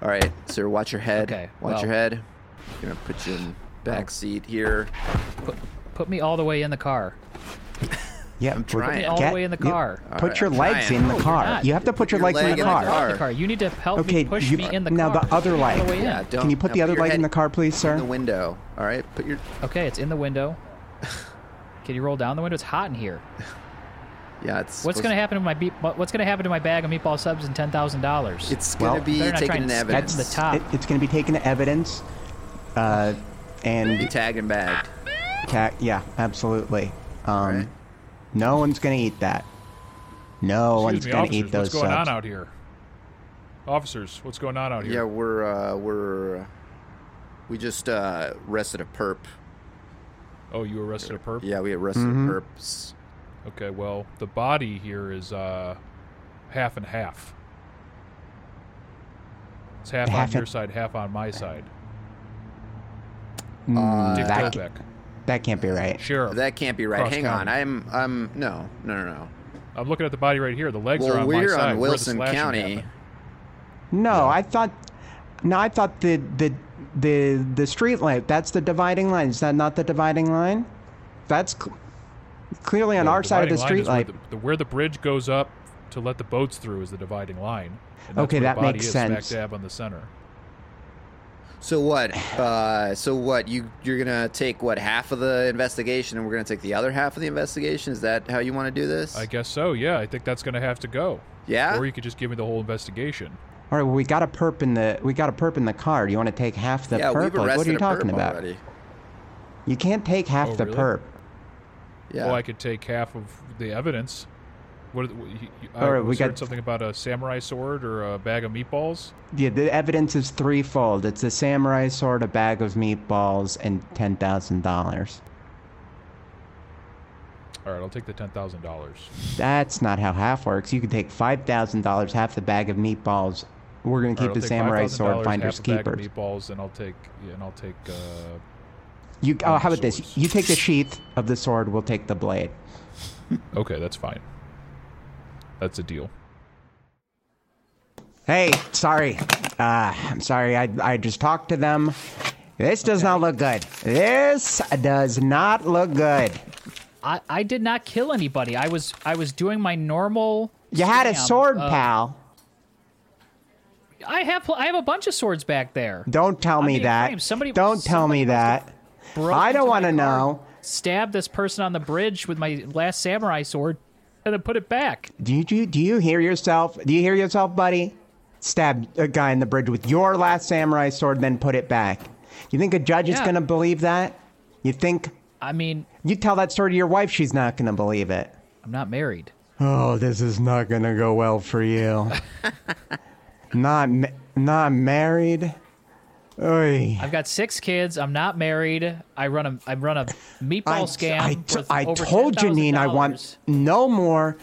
Speaker 3: all right, sir, watch your head.
Speaker 2: Okay,
Speaker 3: watch
Speaker 2: well-
Speaker 3: your head. We're gonna put you in back seat here.
Speaker 2: Put me all the way in the car.
Speaker 4: Yeah.
Speaker 3: I'm
Speaker 4: we're-
Speaker 3: trying.
Speaker 2: All the way in the
Speaker 4: you-
Speaker 2: car.
Speaker 3: All
Speaker 4: put
Speaker 3: right,
Speaker 4: your
Speaker 3: I'm
Speaker 4: legs
Speaker 3: trying.
Speaker 4: in
Speaker 3: No,
Speaker 4: the
Speaker 3: you're
Speaker 4: car.
Speaker 2: not.
Speaker 4: You have to put your
Speaker 3: your
Speaker 4: legs in
Speaker 3: leg
Speaker 4: the
Speaker 3: in the
Speaker 4: car.
Speaker 2: Get out of the car. You need to help me
Speaker 4: Okay,
Speaker 2: push
Speaker 4: you-
Speaker 2: me in the
Speaker 4: now
Speaker 2: car.
Speaker 4: the other
Speaker 2: All
Speaker 4: leg.
Speaker 2: way in.
Speaker 3: Yeah, don't,
Speaker 4: Can you put
Speaker 3: now
Speaker 4: the other
Speaker 3: your
Speaker 4: leg in
Speaker 3: head
Speaker 4: the car, please,
Speaker 3: in the
Speaker 4: sir?
Speaker 3: window. All right, put your
Speaker 2: Okay, it's in the
Speaker 3: *laughs*
Speaker 2: window. Can you roll down the window? It's hot in here.
Speaker 3: yeah. It's
Speaker 2: What's
Speaker 3: supposed-
Speaker 2: going to happen to my beep, What's going to happen to my bag of meatball subs and ten thousand dollars?
Speaker 3: It's gonna
Speaker 4: Well,
Speaker 3: be
Speaker 2: Better not try
Speaker 3: taken in
Speaker 2: and step
Speaker 3: evidence.
Speaker 2: to the top.
Speaker 4: It, it's going to be taken to evidence. Uh,
Speaker 3: Be
Speaker 4: and
Speaker 3: tagged and bagged.
Speaker 4: ta- yeah, absolutely. Um,
Speaker 3: right.
Speaker 4: No one's going to eat that. No
Speaker 1: Excuse me,
Speaker 4: one's going to
Speaker 1: officers,
Speaker 4: eat those
Speaker 1: what's going
Speaker 4: subs.
Speaker 1: on out here? Officers, what's going on out
Speaker 3: Yeah,
Speaker 1: here?
Speaker 3: we're uh, we're we just uh, arrested a perp.
Speaker 1: Oh, you arrested a perp?
Speaker 3: Yeah, we arrested a perps.
Speaker 1: Okay, well, the body here is uh, half and half. It's half,
Speaker 4: Half
Speaker 1: on your
Speaker 4: and-
Speaker 1: side, half on my side.
Speaker 3: Uh,
Speaker 4: Mm,
Speaker 1: Dick
Speaker 4: that,
Speaker 1: Kobeck,
Speaker 4: that can't be right.
Speaker 1: sheriff.
Speaker 3: That can't be right.
Speaker 1: Cross
Speaker 3: Hang on,
Speaker 1: county.
Speaker 3: I'm I'm no no no no.
Speaker 1: I'm looking at the body right here. The legs are
Speaker 3: Well,
Speaker 1: on my
Speaker 3: we're
Speaker 1: side.
Speaker 3: on
Speaker 1: where the
Speaker 3: Wilson
Speaker 1: slashing
Speaker 3: County.
Speaker 1: happened.
Speaker 4: No, I thought. No, I thought the the the the street lamp. That's the dividing line. Is that not the dividing line? That's cl- clearly on
Speaker 1: The
Speaker 4: our side of the
Speaker 1: dividing line
Speaker 4: street
Speaker 1: is where
Speaker 4: light.
Speaker 1: the, the- where the bridge goes up to let the boats through is the dividing line. And that's
Speaker 4: Okay,
Speaker 1: where
Speaker 4: that
Speaker 1: the body
Speaker 4: makes
Speaker 1: is,
Speaker 4: sense.
Speaker 1: Smack dab on the center.
Speaker 3: So what? Uh, so what? You you're gonna take what half of the investigation, and we're gonna take the other half of the investigation. Is that how you want to do this?
Speaker 1: I guess so. Yeah, I think that's going to have to go.
Speaker 3: yeah.
Speaker 1: Or you could just give me the whole investigation.
Speaker 4: All right, well we got a perp in the we got a perp in the car. Do you want to take half the
Speaker 3: yeah,
Speaker 4: perp?
Speaker 3: we've
Speaker 4: Like,
Speaker 3: arrested
Speaker 4: what are you
Speaker 3: a
Speaker 4: talking
Speaker 3: perp
Speaker 4: about?
Speaker 3: already.
Speaker 4: You can't take half
Speaker 1: Oh,
Speaker 4: the
Speaker 1: really?
Speaker 4: perp.
Speaker 3: Yeah.
Speaker 1: Well, I could take half of the evidence. What? Are the, you- you- I
Speaker 4: All right, we
Speaker 1: was heard
Speaker 4: got-
Speaker 1: something about a samurai sword or a bag of meatballs.
Speaker 4: Yeah, the evidence is threefold. It's a samurai sword, a bag of meatballs, and ten thousand dollars.
Speaker 1: All right, I'll take the ten thousand dollars.
Speaker 4: That's not how half works. You can take five thousand dollars, half the bag of meatballs. We're gonna keep the samurai sword, finders
Speaker 1: Bag
Speaker 4: keepers.
Speaker 1: of meatballs, and I'll take yeah, and I'll take. Uh,
Speaker 4: You, oh, how about
Speaker 1: swords.
Speaker 4: this? You take the sheath of the sword. We'll take the blade.
Speaker 1: okay, that's fine. That's a deal.
Speaker 4: Hey, sorry. Uh, I'm sorry. I, I just talked to them. This does not look good. This does not look good.
Speaker 2: I, I did not kill anybody. I was I was doing my normal.
Speaker 4: You had a
Speaker 2: scam
Speaker 4: sword,
Speaker 2: of-
Speaker 4: pal.
Speaker 2: I have pl- I have a bunch of swords back there.
Speaker 4: Don't tell me
Speaker 2: being
Speaker 4: that.
Speaker 2: framed. Somebody-
Speaker 4: Don't tell
Speaker 2: somebody
Speaker 4: me that.
Speaker 2: Broke
Speaker 4: I don't
Speaker 2: into
Speaker 4: want to
Speaker 2: my car,
Speaker 4: know.
Speaker 2: Stabbed this person on the bridge with my last samurai sword, and then put it back.
Speaker 4: Do you, do you do you hear yourself? Do you hear yourself, buddy? Stabbed a guy in the bridge with your last samurai sword, then put it back. You think a judge is
Speaker 2: Yeah.
Speaker 4: gonna believe that? You think
Speaker 2: I mean,
Speaker 4: you tell that story to your wife? She's not gonna believe it.
Speaker 2: I'm not married.
Speaker 4: Oh, this is not gonna go well for you. not ma- not married. Oy.
Speaker 2: I've got six kids. I'm not married. I run a I run a meatball
Speaker 4: I,
Speaker 2: scam.
Speaker 4: I t-
Speaker 2: with
Speaker 4: I
Speaker 2: over
Speaker 4: told you, Janine, I
Speaker 2: $10,000.
Speaker 4: want no more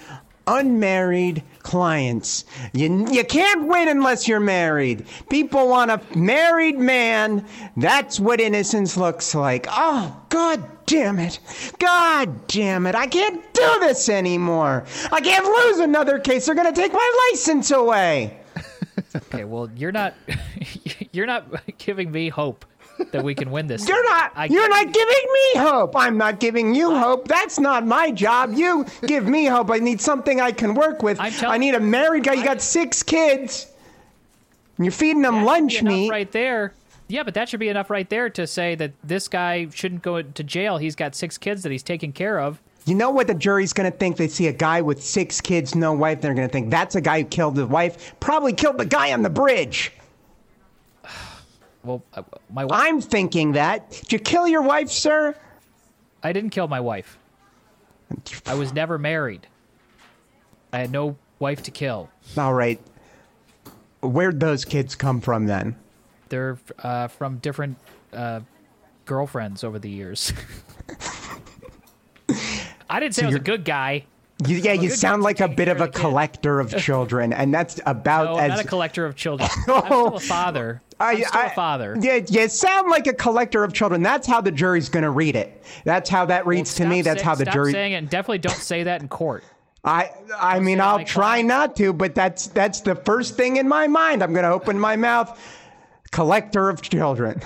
Speaker 4: unmarried clients. You, you can't win unless you're married. People want a married man. That's what innocence looks like. Oh, god damn it. God damn it. I can't do this anymore. I can't lose another case. They're going to take my license away.
Speaker 2: Okay, well, you're not *laughs* you're not giving me hope that we can win this.
Speaker 4: You're
Speaker 2: thing.
Speaker 4: not.
Speaker 2: I-
Speaker 4: you're not giving me hope. I'm not giving you hope. That's not my job. You give me hope. I need something I can work with.
Speaker 2: I'm tell-
Speaker 4: I need a married guy. You got six kids. And you're feeding them
Speaker 2: that should be
Speaker 4: lunch
Speaker 2: enough
Speaker 4: meat.
Speaker 2: right there. Yeah, but that should be enough right there to say that this guy shouldn't go to jail. He's got six kids that he's taking care of.
Speaker 4: You know what the jury's gonna think? They see a guy with six kids, no wife. They're gonna think that's a guy who killed his wife. Probably killed the guy on the bridge.
Speaker 2: Well, uh, my wife.
Speaker 4: I'm thinking that. Did you kill your wife, sir?
Speaker 2: I didn't kill my wife. I was never married. I had no wife to kill.
Speaker 4: All right. Where'd those kids come from then?
Speaker 2: They're uh, from different uh, girlfriends over the years. *laughs* I didn't say I was a good guy.
Speaker 4: You, yeah, you
Speaker 2: good
Speaker 4: sound
Speaker 2: guy
Speaker 4: like a
Speaker 2: taking
Speaker 4: bit
Speaker 2: care
Speaker 4: of
Speaker 2: of
Speaker 4: a
Speaker 2: the kid. *laughs*
Speaker 4: collector of children, and that's about
Speaker 2: No, I'm
Speaker 4: as
Speaker 2: not a collector of
Speaker 4: *laughs*
Speaker 2: children. I'm still a father. I'm still a father.
Speaker 4: Yeah, you sound like a collector of children. That's how the jury's going to read it. That's how that
Speaker 2: Well,
Speaker 4: reads to
Speaker 2: stop
Speaker 4: me. That's
Speaker 2: say-
Speaker 4: how the
Speaker 2: stop
Speaker 4: jury.
Speaker 2: saying it. And definitely don't say that in court.
Speaker 4: I I mean,
Speaker 2: say
Speaker 4: I'll
Speaker 2: like
Speaker 4: try
Speaker 2: that.
Speaker 4: not to, but that's that's the first thing in my mind. I'm going to open my mouth. Collector of children.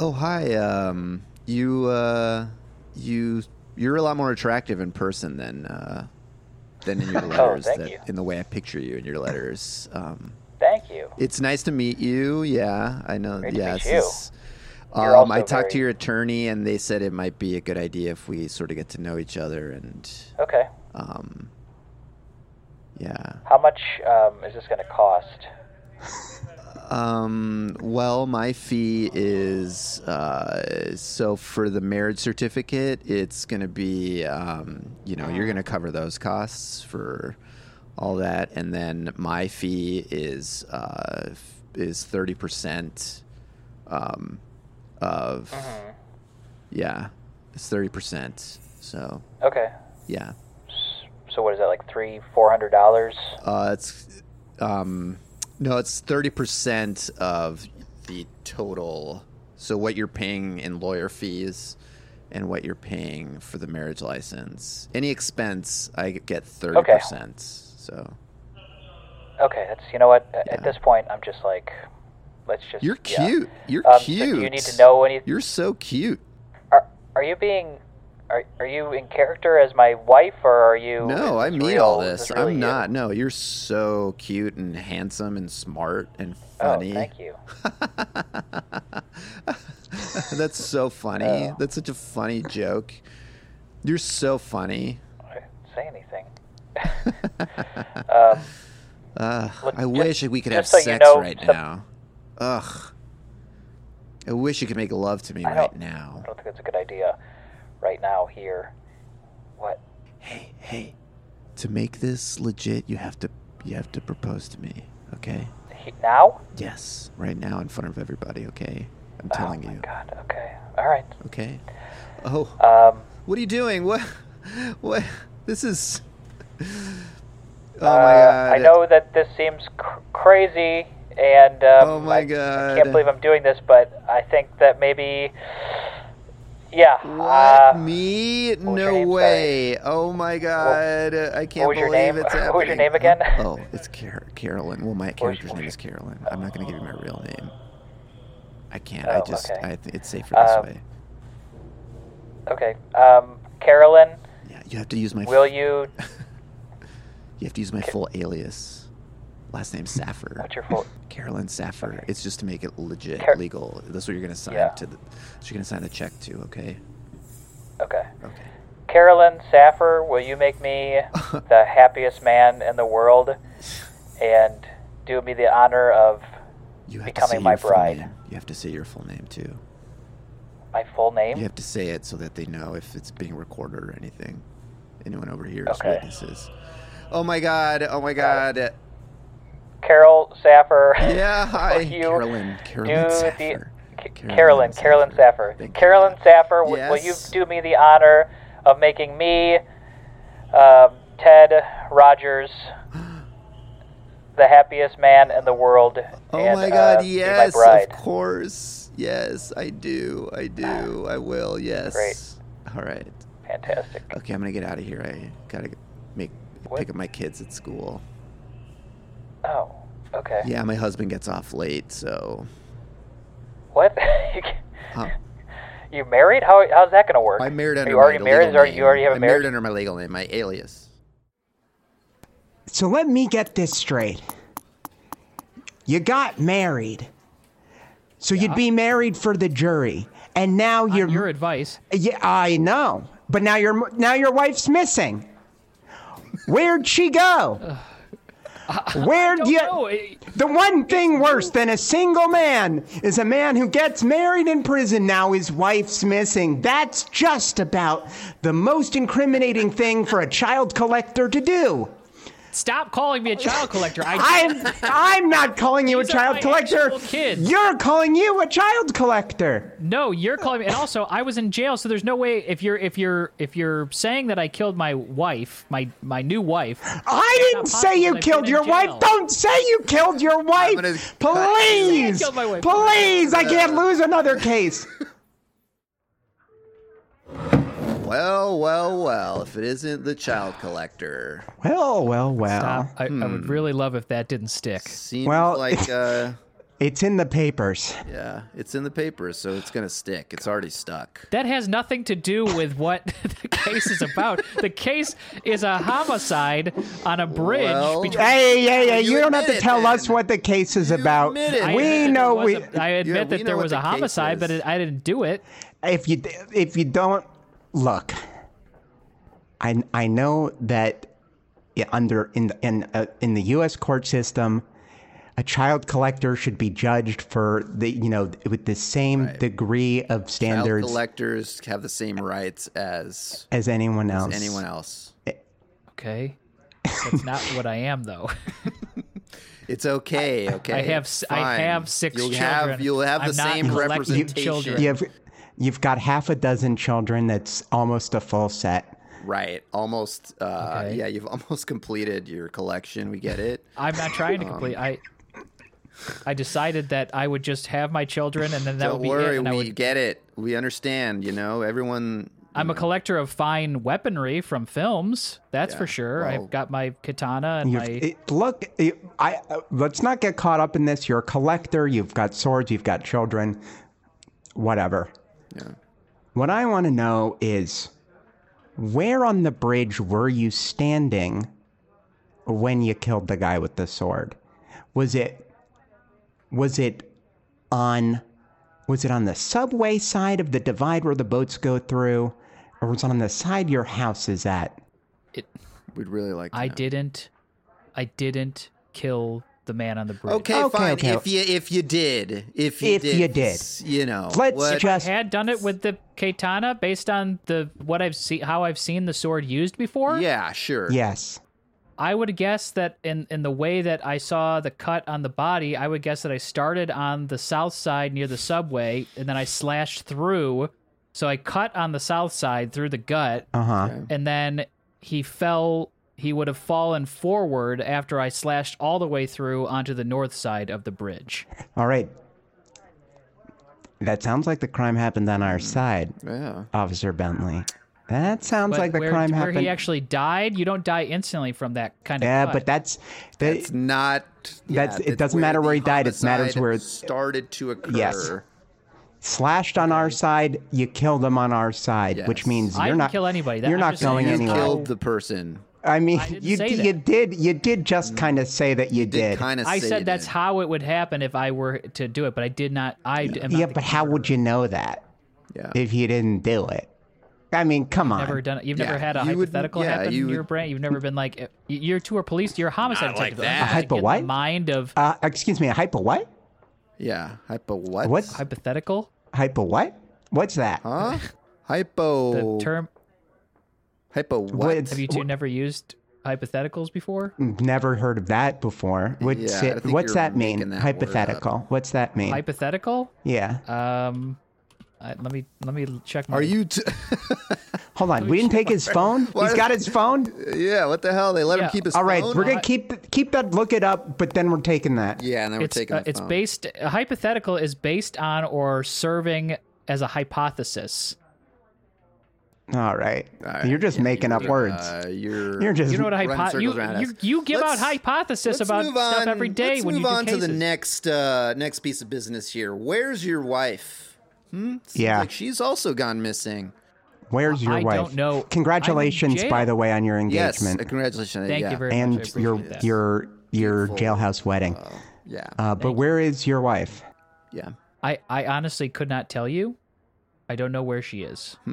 Speaker 3: oh hi. Um, you uh, you you're a lot more attractive in person than uh, than
Speaker 5: *laughs*
Speaker 3: in your letters.
Speaker 5: Oh, thank
Speaker 3: that,
Speaker 5: you.
Speaker 3: In the way I picture you in your letters. Um,
Speaker 5: Thank you.
Speaker 3: It's nice to meet you. Yeah, I know.
Speaker 5: Great to
Speaker 3: yeah,
Speaker 5: meet
Speaker 3: this
Speaker 5: you.
Speaker 3: is-
Speaker 5: You're
Speaker 3: um,
Speaker 5: also
Speaker 3: I talked to
Speaker 5: very-
Speaker 3: your attorney, and they said it might be a good idea if we sort of get to know each other. And
Speaker 5: Okay.
Speaker 3: um, yeah.
Speaker 5: How much um, is this going to cost?
Speaker 3: Um, well, my fee is uh, so for the marriage certificate, it's gonna be um, you know you're gonna cover those costs for all that, and then my fee is uh, f- is thirty percent um, of yeah, it's thirty percent. So
Speaker 5: Okay.
Speaker 3: yeah,
Speaker 5: So what is that like three, four hundred dollars?
Speaker 3: uh, it's um, no, it's thirty percent of the total. So what you're paying in lawyer fees, and what you're paying for the marriage license, any expense I get thirty percent. So
Speaker 5: Okay, that's you know what. At this point, I'm just like, let's just.
Speaker 3: You're
Speaker 5: yeah.
Speaker 3: cute. You're
Speaker 5: Um, so
Speaker 3: cute.
Speaker 5: do you need to know any?
Speaker 3: You're so cute.
Speaker 5: Are, are you being? Are, are you in character as my wife, or are you?
Speaker 3: No, I
Speaker 5: is
Speaker 3: mean
Speaker 5: real?
Speaker 3: all
Speaker 5: Is
Speaker 3: this.
Speaker 5: really
Speaker 3: I'm
Speaker 5: you?
Speaker 3: not. No, you're so cute and handsome and smart and
Speaker 5: Oh,
Speaker 3: funny.
Speaker 5: thank you.
Speaker 3: *laughs* That's so funny.
Speaker 5: Oh.
Speaker 3: That's such a funny joke. You're so funny.
Speaker 5: I didn't say
Speaker 3: *laughs*
Speaker 5: anything. Um,
Speaker 3: Ugh,
Speaker 5: Look,
Speaker 3: Ah, I
Speaker 5: ju-
Speaker 3: wish we could have
Speaker 5: just so you
Speaker 3: sex
Speaker 5: know,
Speaker 3: right
Speaker 5: some-
Speaker 3: now. Ugh. I wish you could make love to me
Speaker 5: I
Speaker 3: right
Speaker 5: don't- I
Speaker 3: now.
Speaker 5: don't think that's a good idea, right now here. What?
Speaker 3: Hey, hey. To make this legit, you have to you have to propose to me, okay?
Speaker 5: He, now?
Speaker 3: Yes, right now in front of everybody, okay? I'm
Speaker 5: Oh
Speaker 3: telling
Speaker 5: my
Speaker 3: you,
Speaker 5: god. Okay. All right.
Speaker 3: okay? Oh,
Speaker 5: Um.
Speaker 3: what are you doing? What *laughs* what this is *laughs* Oh my
Speaker 5: Uh,
Speaker 3: god.
Speaker 5: I know that this seems cr- crazy, and um,
Speaker 3: Oh my
Speaker 5: I, I
Speaker 3: God.
Speaker 5: can't believe I'm doing this, but I think that maybe, yeah,
Speaker 3: What?
Speaker 5: uh,
Speaker 3: me?
Speaker 5: was
Speaker 3: No
Speaker 5: your name? Sorry.
Speaker 3: way! Oh my god! I can't
Speaker 5: was your
Speaker 3: believe
Speaker 5: name?
Speaker 3: it's happening.
Speaker 5: What was your name again? *laughs*
Speaker 3: Oh, it's Car- Carolyn. Well, my
Speaker 5: was-
Speaker 3: character's name is Carolyn. I'm not gonna give you my real name. I can't. I
Speaker 5: Oh,
Speaker 3: just.
Speaker 5: okay.
Speaker 3: I th- it's safer this
Speaker 5: Um,
Speaker 3: way.
Speaker 5: okay, um, Carolyn,
Speaker 3: Yeah, you have to use my. f- *laughs*
Speaker 5: will you?
Speaker 3: You have to use my full alias. Last name Safford.
Speaker 5: What's your full?
Speaker 3: Carolyn Safford. It's just to make it legit,
Speaker 5: Car-
Speaker 3: legal. That's what you're gonna sign
Speaker 5: Yeah.
Speaker 3: to. The, so you're gonna sign the check to. Okay.
Speaker 5: Okay,
Speaker 3: Okay.
Speaker 5: Carolyn Saffer, will you
Speaker 3: *laughs*
Speaker 5: make me the happiest man in the world, and do me the honor of
Speaker 3: You have to
Speaker 5: Becoming
Speaker 3: say
Speaker 5: my
Speaker 3: your full
Speaker 5: bride.
Speaker 3: name. You have to say your full name too.
Speaker 5: my full name?
Speaker 3: You have to say it so that they know if it's being recorded or anything. Anyone over here is
Speaker 5: Okay.
Speaker 3: witnesses. Oh my god! Oh my god!
Speaker 5: Carol Saffer.
Speaker 3: Yeah, hi,
Speaker 5: you
Speaker 3: Carolyn. Carolyn
Speaker 5: do
Speaker 3: Saffer.
Speaker 5: the C- Carolyn, Carolyn Saffer.
Speaker 3: Thank you.
Speaker 5: Carolyn Saffer, w- will you
Speaker 3: Yes.
Speaker 5: do me the honor of making me, um, Ted
Speaker 3: *gasps*
Speaker 5: Rogers, the happiest man in the world?
Speaker 3: Oh
Speaker 5: and,
Speaker 3: my god!
Speaker 5: uh, be
Speaker 3: yes,
Speaker 5: my
Speaker 3: of
Speaker 5: bride.
Speaker 3: course. Yes, I do. I do. I will. Yes. All right.
Speaker 5: Fantastic.
Speaker 3: Okay, I'm gonna get out of here. I gotta make
Speaker 5: What?
Speaker 3: pick up my kids at school.
Speaker 5: Oh, okay.
Speaker 3: Yeah, my husband gets off late, so
Speaker 5: What? *laughs* You can't-
Speaker 3: Huh.
Speaker 5: you married? How, how's that gonna work?
Speaker 3: I married under
Speaker 5: Are you already
Speaker 3: my
Speaker 5: married?
Speaker 3: legal
Speaker 5: Is already-
Speaker 3: name.
Speaker 5: you already have a
Speaker 3: I
Speaker 5: marriage?
Speaker 3: married under my legal name, my alias.
Speaker 4: So let me get this straight. You got married. So you'd be married for the jury. And now you're
Speaker 2: Your advice.
Speaker 4: Yeah, I know. But now your now your wife's missing. Where'd
Speaker 2: *sighs*
Speaker 4: she go? Where'd you
Speaker 2: No, eh, it-
Speaker 4: The one thing worse than a single man is a man who gets married in prison now his wife's missing. That's just about the most incriminating thing for a child collector to do.
Speaker 2: stop calling me a child collector. I,
Speaker 4: I'm I'm not calling you a
Speaker 2: These are
Speaker 4: child
Speaker 2: my
Speaker 4: collector.
Speaker 2: actual kids.
Speaker 4: You're calling you a child collector.
Speaker 2: no, you're calling me. And also, I was in jail, so there's no way if you're if you're if you're saying that I killed my wife, my my new wife.
Speaker 4: I
Speaker 2: not
Speaker 4: didn't say
Speaker 2: possible.
Speaker 4: you
Speaker 2: I've been
Speaker 4: killed
Speaker 2: in
Speaker 4: your
Speaker 2: jail.
Speaker 4: wife. Don't say you killed your wife.
Speaker 3: gonna
Speaker 4: Please.
Speaker 3: cut you.
Speaker 2: I killed my wife.
Speaker 4: Please, I can't lose another
Speaker 3: *laughs*
Speaker 4: case.
Speaker 3: Well, well, well, if it isn't the child collector.
Speaker 4: Well, well, well.
Speaker 2: Stop. I, I
Speaker 3: Hmm.
Speaker 2: would really love if that didn't stick.
Speaker 3: Seems
Speaker 2: *laughs*
Speaker 4: Well,
Speaker 3: like uh
Speaker 4: It's in the papers.
Speaker 3: yeah, it's in the papers, so it's gonna stick. It's already stuck.
Speaker 2: That has nothing to do with what *laughs* the case is about. the case is a homicide on a bridge
Speaker 3: Well,
Speaker 2: between.
Speaker 4: Hey, yeah, yeah. You,
Speaker 3: You
Speaker 4: don't have to
Speaker 3: admit it,
Speaker 4: tell
Speaker 3: then.
Speaker 4: us what the case is
Speaker 3: You
Speaker 4: about.
Speaker 3: admit it.
Speaker 2: I
Speaker 4: We
Speaker 2: admit
Speaker 4: know
Speaker 2: there was
Speaker 4: we.
Speaker 2: a- I admit
Speaker 3: Yeah, we
Speaker 2: that
Speaker 3: know
Speaker 2: there
Speaker 3: what
Speaker 2: was a
Speaker 3: the case
Speaker 2: homicide, but
Speaker 3: is.
Speaker 2: it, I didn't do it.
Speaker 4: if you if you don't look, I I know that yeah, under in the, in uh, in the U.S. court system, a child collector should be judged for the you know with the same degree of
Speaker 3: Child
Speaker 4: standards
Speaker 3: collectors have the same rights as
Speaker 4: as anyone else.
Speaker 3: anyone else.
Speaker 2: Okay, that's not what I am though.
Speaker 3: It's okay, okay.
Speaker 2: I have s- I
Speaker 3: fine.
Speaker 2: have six
Speaker 3: you'll
Speaker 2: children.
Speaker 3: Have, you'll have
Speaker 2: I'm
Speaker 3: the
Speaker 2: not
Speaker 3: same
Speaker 2: collecting
Speaker 3: representation.
Speaker 2: children.
Speaker 4: You've you've got half a dozen children. That's almost a full set.
Speaker 3: Right. Almost uh
Speaker 2: Okay.
Speaker 3: yeah, you've *laughs* almost completed your collection. We get it.
Speaker 2: I'm not trying to
Speaker 3: Um,
Speaker 2: complete. I I decided that I would just have my children, and then that
Speaker 3: Don't
Speaker 2: would be
Speaker 3: worry,
Speaker 2: it. And I
Speaker 3: we
Speaker 2: would,
Speaker 3: get it. We understand, you know. Everyone
Speaker 2: I'm a collector of fine weaponry from films. That's
Speaker 3: Yeah,
Speaker 2: for sure.
Speaker 3: well-
Speaker 2: I've got my katana and
Speaker 4: You've-
Speaker 2: my
Speaker 4: it- look, it- I uh, let's not get caught up in this. You're a collector. You've got swords. You've got children. Whatever.
Speaker 3: Yeah.
Speaker 4: What I want to know is, where on the bridge were you standing when you killed the guy with the sword? Was it was it on was it on the subway side of the divide where the boats go through, or was it on the side your house is at?
Speaker 3: We'd really like. To
Speaker 2: I
Speaker 3: know.
Speaker 2: didn't I didn't kill the man on the bridge.
Speaker 3: Okay,
Speaker 4: Okay,
Speaker 3: fine.
Speaker 4: okay.
Speaker 3: If you if you did, if you
Speaker 4: If
Speaker 3: did,
Speaker 4: you did.
Speaker 3: s- you know,
Speaker 4: Let's
Speaker 3: what-
Speaker 2: I
Speaker 4: just
Speaker 2: had done it with the katana based on the what I've seen how I've seen the sword used before.
Speaker 3: Yeah, sure.
Speaker 4: yes.
Speaker 2: I would guess that in in the way that I saw the cut on the body, I would guess that I started on the south side near the subway and then I slashed through. So I cut on the south side through the gut
Speaker 4: Uh huh.
Speaker 3: Okay.
Speaker 2: and then he fell he would have fallen forward after I slashed all the way through onto the north side of the bridge.
Speaker 4: All right. That sounds like the crime happened on our side,
Speaker 3: Yeah.
Speaker 4: Officer Bentley. That sounds
Speaker 2: But
Speaker 4: like the
Speaker 2: where,
Speaker 4: crime
Speaker 2: where
Speaker 4: happened.
Speaker 2: he actually died, you don't die instantly from that kind of
Speaker 4: yeah,
Speaker 2: cut.
Speaker 4: but that's that,
Speaker 3: It's not. yeah,
Speaker 4: That's- it
Speaker 3: that's
Speaker 4: doesn't matter where he
Speaker 3: the
Speaker 4: died, it matters
Speaker 3: homicide
Speaker 4: where it-
Speaker 3: started to occur.
Speaker 4: Yes. slashed on our side. You killed him on our side, which
Speaker 3: Yes.
Speaker 4: means
Speaker 2: I
Speaker 4: you're
Speaker 2: didn't
Speaker 4: not
Speaker 2: kill anybody. That-
Speaker 4: you're
Speaker 2: I'm
Speaker 4: not
Speaker 2: just saying
Speaker 4: going
Speaker 3: You
Speaker 4: anywhere.
Speaker 3: killed the person.
Speaker 4: I mean,
Speaker 2: I didn't
Speaker 4: you
Speaker 2: say
Speaker 4: d-
Speaker 2: that.
Speaker 4: you did you did just kind of say that you, did.
Speaker 3: kind of.
Speaker 2: I said that's how it would happen if I were to do it, but I did not. I am not
Speaker 4: yeah,
Speaker 2: the
Speaker 4: but how would you know that
Speaker 3: Yeah.
Speaker 4: if you didn't do it? I mean, come on.
Speaker 2: never done. You've
Speaker 3: Yeah,
Speaker 2: never had a
Speaker 3: you would-
Speaker 2: hypothetical
Speaker 3: yeah,
Speaker 2: happen
Speaker 3: you
Speaker 2: in your
Speaker 3: would-
Speaker 2: brain. You've never been like uh, y- you're to a police. You're a homicide
Speaker 3: Not like
Speaker 2: detective.
Speaker 3: that.
Speaker 2: I'm trying to
Speaker 4: Hypo
Speaker 2: get in
Speaker 4: what?
Speaker 2: The mind of
Speaker 4: Uh, excuse me, a hypo what?
Speaker 3: yeah. Hypo what?
Speaker 4: What?
Speaker 2: hypothetical.
Speaker 4: Hypo what? What's that?
Speaker 2: *laughs*
Speaker 3: Huh?
Speaker 2: The
Speaker 4: oh.
Speaker 3: Hypo.
Speaker 2: term.
Speaker 3: Hypo
Speaker 4: What-
Speaker 3: what?
Speaker 2: Have you two never used hypotheticals before?
Speaker 4: Hmm. Never heard of that before. What's
Speaker 3: Yeah, I
Speaker 4: it?
Speaker 3: think
Speaker 4: What's
Speaker 3: you're
Speaker 4: that mean?
Speaker 3: making that word
Speaker 4: Hypothetical. What's that mean?
Speaker 2: Hypothetical.
Speaker 4: yeah.
Speaker 2: Um, I, let me let me check. My,
Speaker 3: Are you? T- *laughs*
Speaker 4: Hold on. We didn't take his phone. He's got his phone.
Speaker 3: yeah. What the hell? They let him
Speaker 2: Yeah.
Speaker 3: keep his.
Speaker 4: All right,
Speaker 3: phone?
Speaker 4: we're gonna keep keep that. Look it up, but then we're taking that.
Speaker 3: Yeah, and then
Speaker 2: It's
Speaker 3: we're taking.
Speaker 2: uh,
Speaker 3: the
Speaker 2: it's
Speaker 3: phone.
Speaker 2: based. A hypothetical is based on or serving as a hypothesis.
Speaker 4: All right.
Speaker 3: All right,
Speaker 4: You're just
Speaker 3: yeah,
Speaker 4: making up
Speaker 3: you're,
Speaker 4: words.
Speaker 3: Uh, you're.
Speaker 4: You're just.
Speaker 2: You know what a
Speaker 3: Running
Speaker 2: hypo- you,
Speaker 3: circles around
Speaker 2: you
Speaker 3: us.
Speaker 2: you give
Speaker 3: Let's-
Speaker 2: out hypothesis
Speaker 3: Let's
Speaker 2: about
Speaker 3: move on.
Speaker 2: stuff every day
Speaker 3: Let's
Speaker 2: when
Speaker 3: move
Speaker 2: you do
Speaker 3: on
Speaker 2: cases.
Speaker 3: to the next uh, next piece of business here. Where's your wife? Hmm? Seems
Speaker 4: Yeah.
Speaker 3: like she's also gone missing.
Speaker 4: Where's your
Speaker 2: I
Speaker 4: wife?
Speaker 2: don't know. I'm in
Speaker 4: Congratulations, by
Speaker 2: jail.
Speaker 4: the way, on your
Speaker 3: Yes,
Speaker 4: engagement
Speaker 3: uh, congratulations.
Speaker 2: Thank
Speaker 3: yeah.
Speaker 2: you very much. I
Speaker 4: and
Speaker 2: appreciate
Speaker 4: your
Speaker 2: that.
Speaker 4: your your jailhouse wedding.
Speaker 3: Uh, yeah,
Speaker 4: Uh, but where is your wife?
Speaker 3: yeah.
Speaker 2: I, I honestly could not tell you. I don't know where she is. *laughs*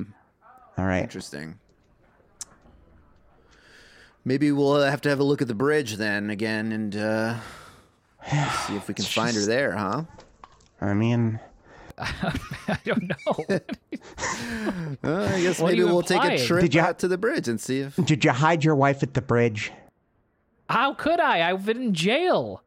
Speaker 4: All right.
Speaker 3: Interesting. Maybe we'll have to have a look at the bridge then again and uh, see if we
Speaker 2: *sighs*
Speaker 3: can find her there, huh?
Speaker 4: I mean,
Speaker 2: I don't
Speaker 4: *laughs*
Speaker 2: know.
Speaker 3: Uh, I guess
Speaker 2: What are
Speaker 3: maybe
Speaker 2: you
Speaker 3: we'll take a
Speaker 2: implying?
Speaker 3: trip
Speaker 4: Did you ha-
Speaker 3: out to the bridge and see
Speaker 4: *laughs*
Speaker 3: if.
Speaker 4: did you hide your wife at the bridge?
Speaker 2: How could I? I've been in jail.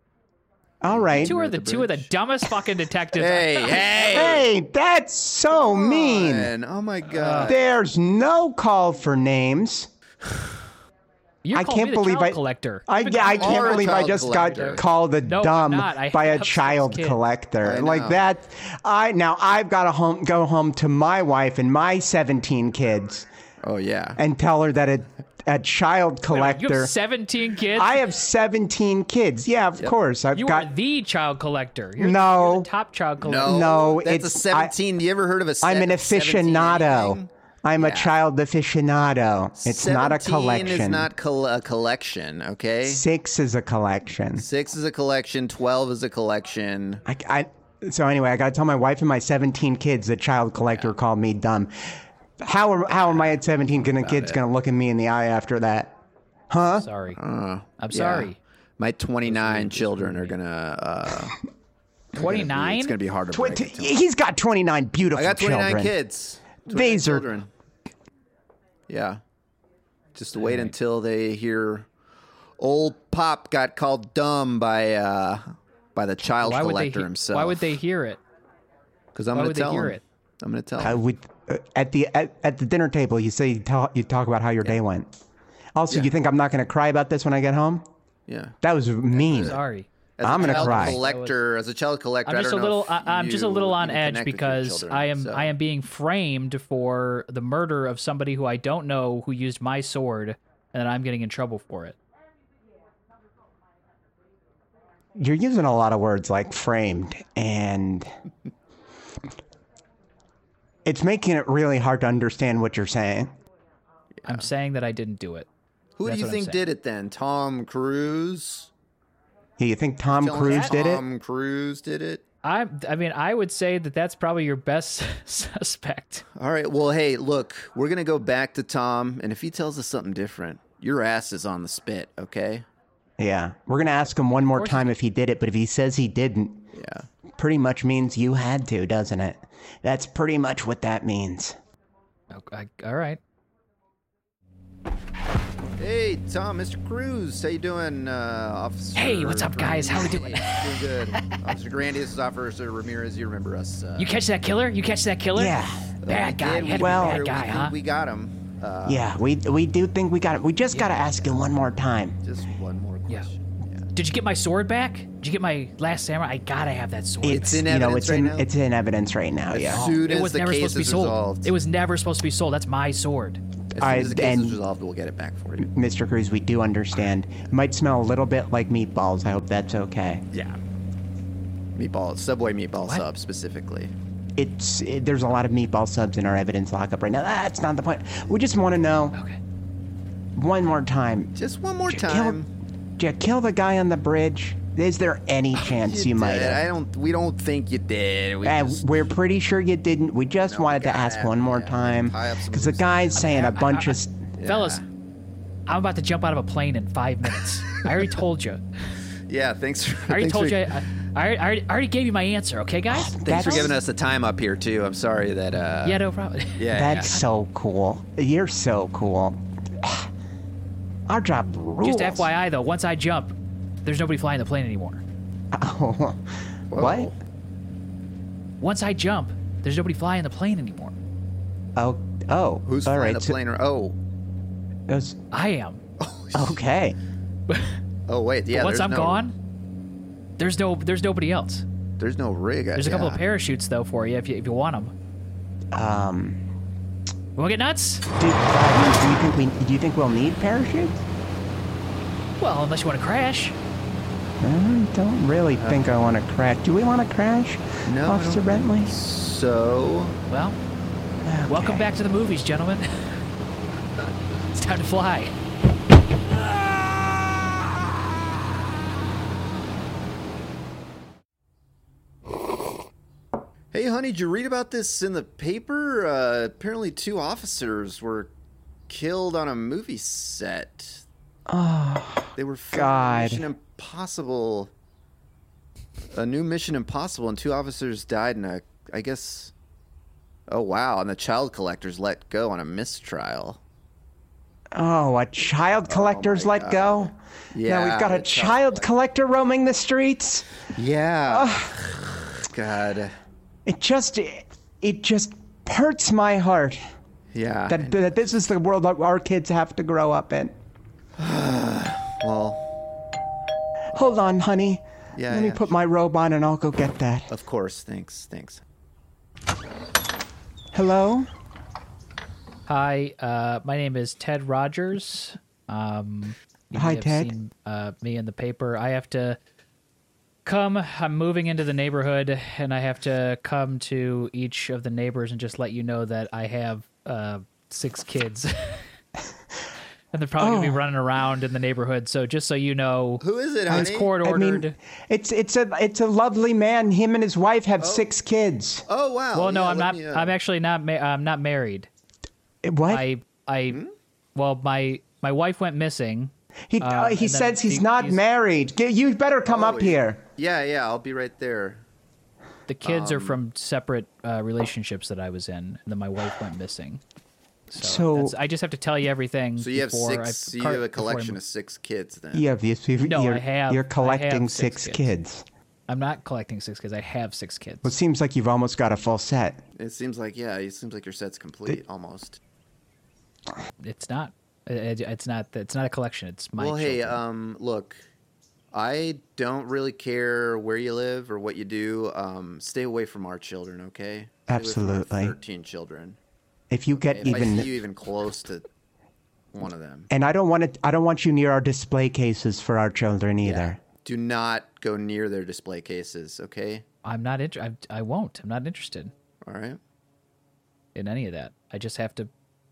Speaker 4: All right.
Speaker 2: Two are the, two are the dumbest fucking detectives.
Speaker 3: Hey, hey,
Speaker 4: Hey, that's so mean.
Speaker 3: man. Oh
Speaker 2: Uh,
Speaker 3: my god.
Speaker 4: There's no call for names.
Speaker 2: you
Speaker 4: I
Speaker 2: call
Speaker 4: can't
Speaker 2: me the
Speaker 4: believe
Speaker 2: child
Speaker 4: I-
Speaker 2: collector.
Speaker 4: I,
Speaker 2: You've been
Speaker 4: I
Speaker 2: called-
Speaker 3: Or
Speaker 4: can't
Speaker 3: a
Speaker 4: believe I
Speaker 3: child
Speaker 4: just
Speaker 3: collector.
Speaker 4: got called a
Speaker 2: No, I'm
Speaker 4: dumb
Speaker 2: not. I
Speaker 4: by a
Speaker 2: have six
Speaker 4: child
Speaker 2: kids.
Speaker 4: collector.
Speaker 3: I
Speaker 4: Like
Speaker 3: know.
Speaker 4: that. I now I've got to home go home to my wife and my 17 kids
Speaker 3: Oh yeah.
Speaker 4: and tell her that a a child
Speaker 2: you
Speaker 4: collector.
Speaker 2: have seventeen kids.
Speaker 4: I have 17 kids. Yeah, of course. I've
Speaker 2: you
Speaker 4: got.
Speaker 2: are the child collector. You're,
Speaker 4: No.
Speaker 2: you're the top child collector.
Speaker 3: No,
Speaker 4: No,
Speaker 3: that's a
Speaker 4: it's- I-
Speaker 3: seventeen. you ever heard of a?
Speaker 4: I'm an
Speaker 3: 17
Speaker 4: aficionado.
Speaker 3: anything?
Speaker 4: I'm a child aficionado. It's not a
Speaker 3: 17
Speaker 4: collection.
Speaker 3: Is not col- a collection. Okay,
Speaker 4: Six is a collection.
Speaker 3: six is a collection. Twelve is a collection.
Speaker 4: I, I- so anyway, I got to tell my wife and my 17 kids the child collector called me dumb. How are, how am I at 17 gonna, kids going to look at me in the eye after that?
Speaker 2: Sorry,
Speaker 3: Uh,
Speaker 2: I'm sorry.
Speaker 3: My twenty-nine children are gonna. Uh,
Speaker 2: Twenty nine.
Speaker 3: it's gonna be harder.
Speaker 4: Tw- t- he's got 29 beautiful
Speaker 3: I got twenty-nine
Speaker 4: children.
Speaker 3: kids. 29
Speaker 4: These are-
Speaker 3: children. Yeah, just wait until they hear. Old Pop got called dumb by uh, by the child
Speaker 2: Why would they?
Speaker 3: collector
Speaker 2: He-
Speaker 3: himself.
Speaker 2: Why would they hear it?
Speaker 3: Because I'm
Speaker 2: why
Speaker 3: gonna
Speaker 2: would they
Speaker 3: tell
Speaker 2: hear
Speaker 3: him.
Speaker 2: it?
Speaker 3: I'm gonna tell
Speaker 4: I
Speaker 3: him.
Speaker 4: would, uh, at the at, at the dinner table, you say you, tell, you talk about how your day went. Also, you think I'm not going to cry about this when I get home?
Speaker 3: Yeah.
Speaker 4: That was mean.
Speaker 2: Sorry.
Speaker 3: As
Speaker 4: I'm
Speaker 3: a
Speaker 4: gonna
Speaker 3: child
Speaker 4: cry.
Speaker 3: Collector, as a child collector,
Speaker 2: I'm
Speaker 3: I
Speaker 2: just a
Speaker 3: don't know
Speaker 2: little.
Speaker 3: if
Speaker 2: I, I'm just a
Speaker 3: you
Speaker 2: little on
Speaker 3: can
Speaker 2: edge
Speaker 3: connect with your
Speaker 2: because
Speaker 3: children,
Speaker 2: I am.
Speaker 3: so.
Speaker 2: I am being framed for the murder of somebody who I don't know who used my sword, and I'm getting in trouble for it.
Speaker 4: You're using a lot of words like framed and it's making it really hard to understand what you're saying.
Speaker 2: I'm saying that I didn't do it.
Speaker 3: Who do
Speaker 2: That's
Speaker 3: you
Speaker 2: what I'm
Speaker 3: think did it then? Tom Cruise.
Speaker 4: Yeah, you think Tom
Speaker 3: Telling
Speaker 4: Cruise
Speaker 3: me
Speaker 4: did it?
Speaker 3: Tom Cruise did it.
Speaker 2: I. I mean, I would say that that's probably your best *laughs* suspect.
Speaker 3: All right. Well, hey, look, we're gonna go back to Tom, and if he tells us something different, your ass is on the spit. Okay.
Speaker 4: Yeah. We're going to ask him one more
Speaker 2: course he
Speaker 4: time if he did it, but if he says he didn't,
Speaker 3: Yeah.
Speaker 4: pretty much means you had to, doesn't it? That's pretty much what that means.
Speaker 2: Okay, all right.
Speaker 3: Hey, Tom, Mr. Cruz, how you doing, uh, Officer?
Speaker 2: Hey, what's up, guys? How we doing?
Speaker 3: Hey, doing good. Officer Grandy, this is Officer Ramirez. You remember us? Uh,
Speaker 2: You catch that killer? You catch that killer?
Speaker 4: Yeah.
Speaker 2: Bad guy. You had to
Speaker 3: we
Speaker 2: be a
Speaker 3: did.
Speaker 4: Well-
Speaker 2: bad
Speaker 3: we,
Speaker 2: guy,
Speaker 3: we,
Speaker 2: huh?
Speaker 3: We got him. Uh,
Speaker 4: yeah, we we do think we got it. We just got to ask him one more time.
Speaker 3: Just one more
Speaker 2: Yeah.
Speaker 3: question.
Speaker 2: Did you get my sword back? Did you get my last samurai? I gotta have that sword.
Speaker 3: It's in
Speaker 4: you know,
Speaker 3: evidence
Speaker 4: it's
Speaker 3: right
Speaker 4: in
Speaker 3: now?
Speaker 4: it's in evidence right now. Yeah.
Speaker 3: As soon
Speaker 2: Oh, it
Speaker 3: as
Speaker 2: was
Speaker 3: the
Speaker 2: never
Speaker 3: case
Speaker 2: supposed to be
Speaker 3: is
Speaker 2: sold.
Speaker 3: resolved,
Speaker 2: It was never supposed to be sold. That's my sword.
Speaker 3: as
Speaker 4: I-
Speaker 3: soon as the case
Speaker 4: and-
Speaker 3: is resolved, we'll get it back for you.
Speaker 4: Mr. Cruz, we do understand. Might smell a little bit like meatballs. I hope that's okay.
Speaker 3: Yeah. Meatball, Subway meatball
Speaker 2: What?
Speaker 3: sub specifically.
Speaker 4: It's it, there's a lot of meatball subs in our evidence lockup right now. That's not the point. We just want to know
Speaker 2: Okay.
Speaker 4: one more time.
Speaker 3: Just one more
Speaker 4: Did you kill,
Speaker 3: time.
Speaker 4: did you kill the guy on the bridge? Is there
Speaker 3: *laughs*
Speaker 4: any chance you,
Speaker 3: did.
Speaker 4: might? have?
Speaker 3: I don't. We don't think you did. We
Speaker 2: Eh,
Speaker 4: Uh,
Speaker 3: just,
Speaker 4: we're pretty sure you didn't. We just
Speaker 3: No, we
Speaker 4: wanted to
Speaker 3: gotta
Speaker 4: ask
Speaker 3: have-
Speaker 4: one more
Speaker 3: yeah,
Speaker 4: time
Speaker 3: tie up some
Speaker 4: because the
Speaker 3: loose
Speaker 4: guy's saying a bunch of. s-
Speaker 2: Fellas, I'm about to jump out of a plane in five minutes. I
Speaker 3: *laughs*
Speaker 2: already told you.
Speaker 3: yeah. Thanks. For,
Speaker 2: I already
Speaker 3: thanks Oh,
Speaker 2: told
Speaker 3: for,
Speaker 2: you. I, I, already- I already, I already gave you my answer, okay, guys?
Speaker 3: *laughs* Thanks for
Speaker 4: That's-
Speaker 3: giving us the time up here too. I'm sorry that. Uh,
Speaker 2: yeah, no problem. *laughs*
Speaker 3: Yeah.
Speaker 4: That's so cool. You're so cool. *sighs* Our job rules.
Speaker 2: Just FYI, though, once I jump, there's nobody flying the plane anymore.
Speaker 3: *laughs*
Speaker 4: Oh, what?
Speaker 2: Once I jump, there's nobody flying the plane anymore.
Speaker 4: Oh, oh.
Speaker 3: Who's
Speaker 4: all
Speaker 3: flying
Speaker 4: right.
Speaker 3: the plane? Or, oh,
Speaker 4: so those-
Speaker 2: I am.
Speaker 4: okay.
Speaker 3: oh wait, yeah.
Speaker 2: but once
Speaker 3: there's
Speaker 2: I'm
Speaker 3: no,
Speaker 2: gone, there's no, there's nobody else.
Speaker 3: there's no rig.
Speaker 2: There's a couple of parachutes though for you if you if you want them.
Speaker 4: Um,
Speaker 2: Want to get nuts?
Speaker 4: do, uh, do you think we? Do you think we'll need parachutes?
Speaker 2: Well, unless you want to crash.
Speaker 4: I don't really think I want to crash. Do we want to crash,
Speaker 3: Uh, No, I
Speaker 4: Officer
Speaker 3: don't
Speaker 4: Bentley?
Speaker 3: So
Speaker 2: Well, welcome
Speaker 4: Okay.
Speaker 2: back to the movies, gentlemen. *laughs* it's time to fly.
Speaker 3: hey, honey, did you read about this in the paper? Uh, apparently, two officers were killed on a movie set. Oh, they were filming
Speaker 4: God.
Speaker 3: Mission Impossible. A new Mission Impossible, and two officers died in a. I guess. Oh wow! And the child collectors let go on a mistrial.
Speaker 4: Oh, a child collector's let go? Now
Speaker 3: Yeah,
Speaker 4: we've got
Speaker 3: a
Speaker 4: a
Speaker 3: child
Speaker 4: child collector roaming the streets?
Speaker 3: Yeah. God.
Speaker 4: It just it just hurts my heart
Speaker 3: Yeah.
Speaker 4: that, that this is the world that our kids have to grow up in.
Speaker 3: well,
Speaker 4: Hold on, honey.
Speaker 3: Yeah,
Speaker 4: Let me
Speaker 3: yeah,
Speaker 4: put my robe on and I'll go get that.
Speaker 3: of course. Thanks. Thanks.
Speaker 4: Hello?
Speaker 2: Hi, uh, my name is Ted Rogers. Um, you
Speaker 4: Hi,
Speaker 2: may have
Speaker 4: Ted.
Speaker 2: Seen, uh, me in the paper. I have to come. I'm moving into the neighborhood, and I have to come to each of the neighbors and just let you know that I have uh, six kids, *laughs* and they're probably
Speaker 4: Oh.
Speaker 2: gonna be running around in the neighborhood. So just so you know,
Speaker 3: Who is it,
Speaker 2: it's
Speaker 3: honey?
Speaker 2: court
Speaker 4: I
Speaker 2: ordered.
Speaker 4: mean it's it's a it's a lovely man. Him and his wife have six kids.
Speaker 3: Oh wow.
Speaker 2: well, no,
Speaker 3: Yeah,
Speaker 2: I'm
Speaker 3: let
Speaker 2: not.
Speaker 3: me, uh,
Speaker 2: I'm actually not. Ma- I'm not married.
Speaker 4: Eh, What?
Speaker 2: I I
Speaker 3: Hmm?
Speaker 2: well my my wife went missing.
Speaker 4: he uh, he
Speaker 2: and then
Speaker 4: says he's
Speaker 2: he-
Speaker 4: not
Speaker 2: he's-
Speaker 4: married. G- You better come
Speaker 3: Oh,
Speaker 4: up
Speaker 3: yeah.
Speaker 4: here.
Speaker 3: Yeah, yeah. I'll be right there.
Speaker 2: The kids are from separate uh, relationships that I was in, and then my wife went missing. So,
Speaker 4: So-
Speaker 2: that's, I just have to tell you everything.
Speaker 3: So you have
Speaker 2: before I-
Speaker 3: six. you
Speaker 2: car-
Speaker 3: have a
Speaker 2: before I
Speaker 3: collection
Speaker 2: move.
Speaker 3: of six kids then.
Speaker 4: You have these you're,
Speaker 2: No, I have-
Speaker 4: you're
Speaker 2: I have
Speaker 4: collecting
Speaker 2: six kids.
Speaker 4: kids.
Speaker 2: I'm not collecting six kids. I have six kids.
Speaker 4: Well, it seems like you've almost got a full set.
Speaker 3: It seems like yeah. It seems like your set's complete almost.
Speaker 2: It's uh, not. it- It's not. It's not a collection. It's my.
Speaker 3: well, hey,
Speaker 2: children.
Speaker 3: um, look. I don't really care where you live or what you do. Um, stay away from our children, okay? Stay away from our
Speaker 4: Absolutely.
Speaker 3: Thirteen children.
Speaker 4: If you get
Speaker 3: If
Speaker 4: even
Speaker 3: I see you even close to one of them,
Speaker 4: and I don't want it I don't want you near our display cases for our children either.
Speaker 3: do not go near their display cases, okay?
Speaker 2: I'm not inter- I, I won't. I'm not interested
Speaker 3: All right.
Speaker 2: in any of that. I just have to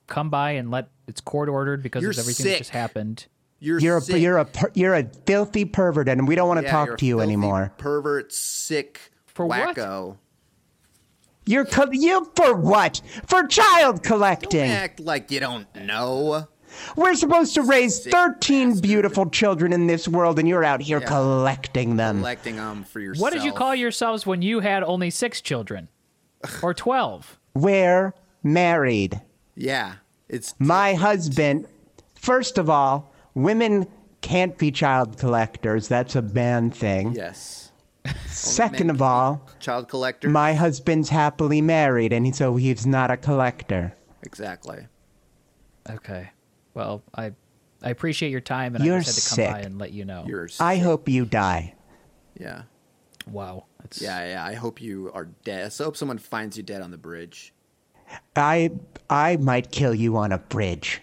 Speaker 2: come by and let it's court ordered because
Speaker 3: You're
Speaker 2: of everything that just
Speaker 3: sick.
Speaker 2: happened.
Speaker 3: You're
Speaker 4: You're
Speaker 3: sick.
Speaker 4: a you're a per, you're a filthy pervert and we don't want to
Speaker 3: Yeah, you're
Speaker 4: talk
Speaker 3: a
Speaker 4: to you
Speaker 3: filthy
Speaker 4: anymore.
Speaker 3: Pervert, sick,
Speaker 2: For what?
Speaker 3: wacko.
Speaker 4: You're co- you for what? For child
Speaker 3: Don't
Speaker 4: collecting.
Speaker 3: act like you don't know.
Speaker 4: We're supposed to raise
Speaker 3: Sick
Speaker 4: 13
Speaker 3: bastard.
Speaker 4: beautiful children in this world and you're out here
Speaker 3: Yeah.
Speaker 4: collecting them.
Speaker 3: Collecting them for yourself.
Speaker 2: What did you call yourselves when you had only six children or 12?
Speaker 4: We're married.
Speaker 3: Yeah, it's
Speaker 4: My husband, first of all, women can't be child collectors. That's a banned thing.
Speaker 3: yes.
Speaker 4: Second
Speaker 3: men
Speaker 4: of all,
Speaker 3: Child collector.
Speaker 4: my husband's happily married, and so he's not a collector.
Speaker 3: exactly.
Speaker 2: Okay. Well, I I appreciate your time and
Speaker 4: You're
Speaker 2: I just had to
Speaker 4: sick.
Speaker 2: come by and let you know.
Speaker 3: You're.
Speaker 4: I
Speaker 3: sick.
Speaker 4: hope you die.
Speaker 3: Yeah.
Speaker 2: wow. It's,
Speaker 3: Yeah, yeah. I hope you are dead. I hope someone finds you dead on the bridge.
Speaker 4: I I might kill you on a bridge.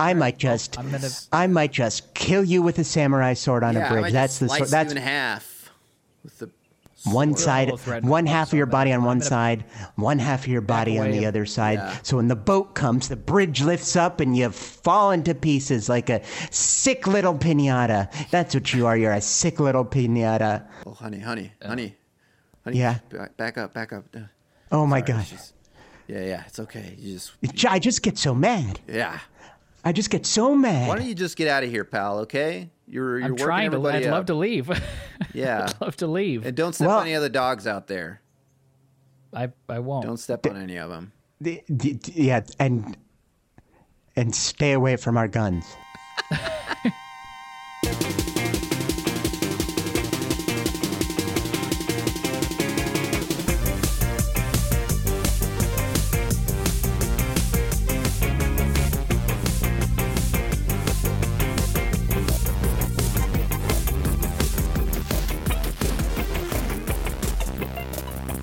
Speaker 4: I might just
Speaker 2: I'm gonna
Speaker 4: I might just kill you with a samurai sword on
Speaker 3: yeah, I
Speaker 4: a
Speaker 3: might
Speaker 4: bridge. That's
Speaker 3: just
Speaker 4: the
Speaker 3: slice
Speaker 4: sort,
Speaker 3: you
Speaker 4: that's
Speaker 3: in half with the
Speaker 4: one
Speaker 3: sword.
Speaker 4: side,
Speaker 2: double thread
Speaker 4: one
Speaker 2: knife,
Speaker 4: half
Speaker 2: so
Speaker 4: of your
Speaker 2: I'm
Speaker 4: body
Speaker 2: gonna-
Speaker 4: on
Speaker 2: I'm
Speaker 4: one
Speaker 2: gonna
Speaker 4: side, one half of your body on
Speaker 2: away
Speaker 4: the
Speaker 2: and-
Speaker 4: other side.
Speaker 3: yeah.
Speaker 4: So when the boat comes, the bridge lifts up and you fall into pieces like a sick little pinata. That's what you are. You're a sick little pinata.
Speaker 3: Oh, honey, honey, honey, honey.
Speaker 4: Yeah.
Speaker 3: ba- Back up, back up. Uh,
Speaker 4: Oh my
Speaker 3: sorry,
Speaker 4: gosh.
Speaker 3: she's- Yeah, yeah. It's okay. You
Speaker 4: *laughs*
Speaker 3: just.
Speaker 4: I just get so mad.
Speaker 3: Yeah.
Speaker 4: I just get so
Speaker 3: Why
Speaker 4: mad.
Speaker 3: don't you just get out of here, pal? Okay. You're. you're
Speaker 2: I'm
Speaker 3: working
Speaker 2: trying to
Speaker 3: everybody
Speaker 2: I'd love
Speaker 3: up.
Speaker 2: to leave.
Speaker 3: *laughs*
Speaker 2: *laughs*
Speaker 3: Yeah.
Speaker 2: I'd love to leave.
Speaker 3: And don't step
Speaker 4: Well-
Speaker 3: on any of the dogs out there.
Speaker 2: I I won't.
Speaker 3: Don't step on any of them.
Speaker 4: D- d- d- yeah, and and stay away from our guns.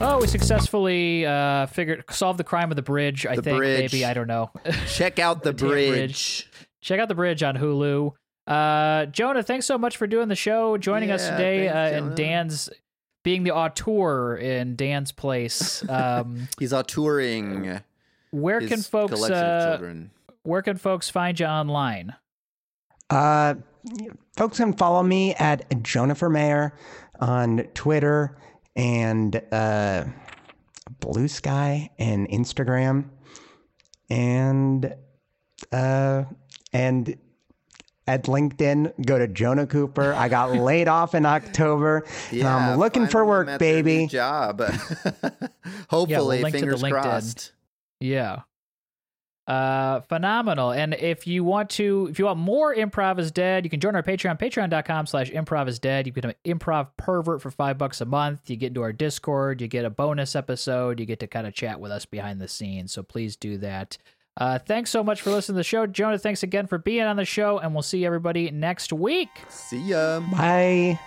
Speaker 2: Oh, we successfully uh, figured solved the crime of the bridge. I
Speaker 3: The
Speaker 2: think
Speaker 3: bridge.
Speaker 2: maybe I don't know. *laughs*
Speaker 3: Check out the
Speaker 2: Damn
Speaker 3: bridge.
Speaker 2: bridge. Check out the bridge on Hulu. Uh, Jonah, thanks so much for doing the show, joining us
Speaker 3: Yeah,
Speaker 2: today,
Speaker 3: thanks,
Speaker 2: uh, and
Speaker 3: Jonah.
Speaker 2: Dan's being the auteur in Dan's
Speaker 3: *laughs*
Speaker 2: place. Um,
Speaker 3: He's out touring.
Speaker 2: where
Speaker 3: his
Speaker 2: can folks
Speaker 3: collection of
Speaker 2: uh,
Speaker 3: children.
Speaker 2: where can folks find you online?
Speaker 4: Uh, folks can follow me at Jonah for Mayor on Twitter and uh, Blue Sky and Instagram, and uh, and at LinkedIn, go to Jonah Cooper. I got laid off in October.
Speaker 3: *laughs*
Speaker 4: and I'm looking
Speaker 3: find
Speaker 4: for
Speaker 3: them
Speaker 4: work,
Speaker 3: at their new
Speaker 4: baby.
Speaker 3: Job. *laughs* Hopefully,
Speaker 2: link to the
Speaker 3: fingers
Speaker 2: LinkedIn.
Speaker 3: crossed.
Speaker 2: Yeah. Uh phenomenal. And if you want to if you want more improv is dead, you can join our Patreon, patreon.com slash improv is dead. You get an improv pervert for five bucks a month. You get into our Discord, you get a bonus episode, you get to kind of chat with us behind the scenes. So please do that. Uh thanks so much for listening to the show. Jonah, thanks again for being on the show, and we'll see everybody next week.
Speaker 3: See ya.
Speaker 4: Bye.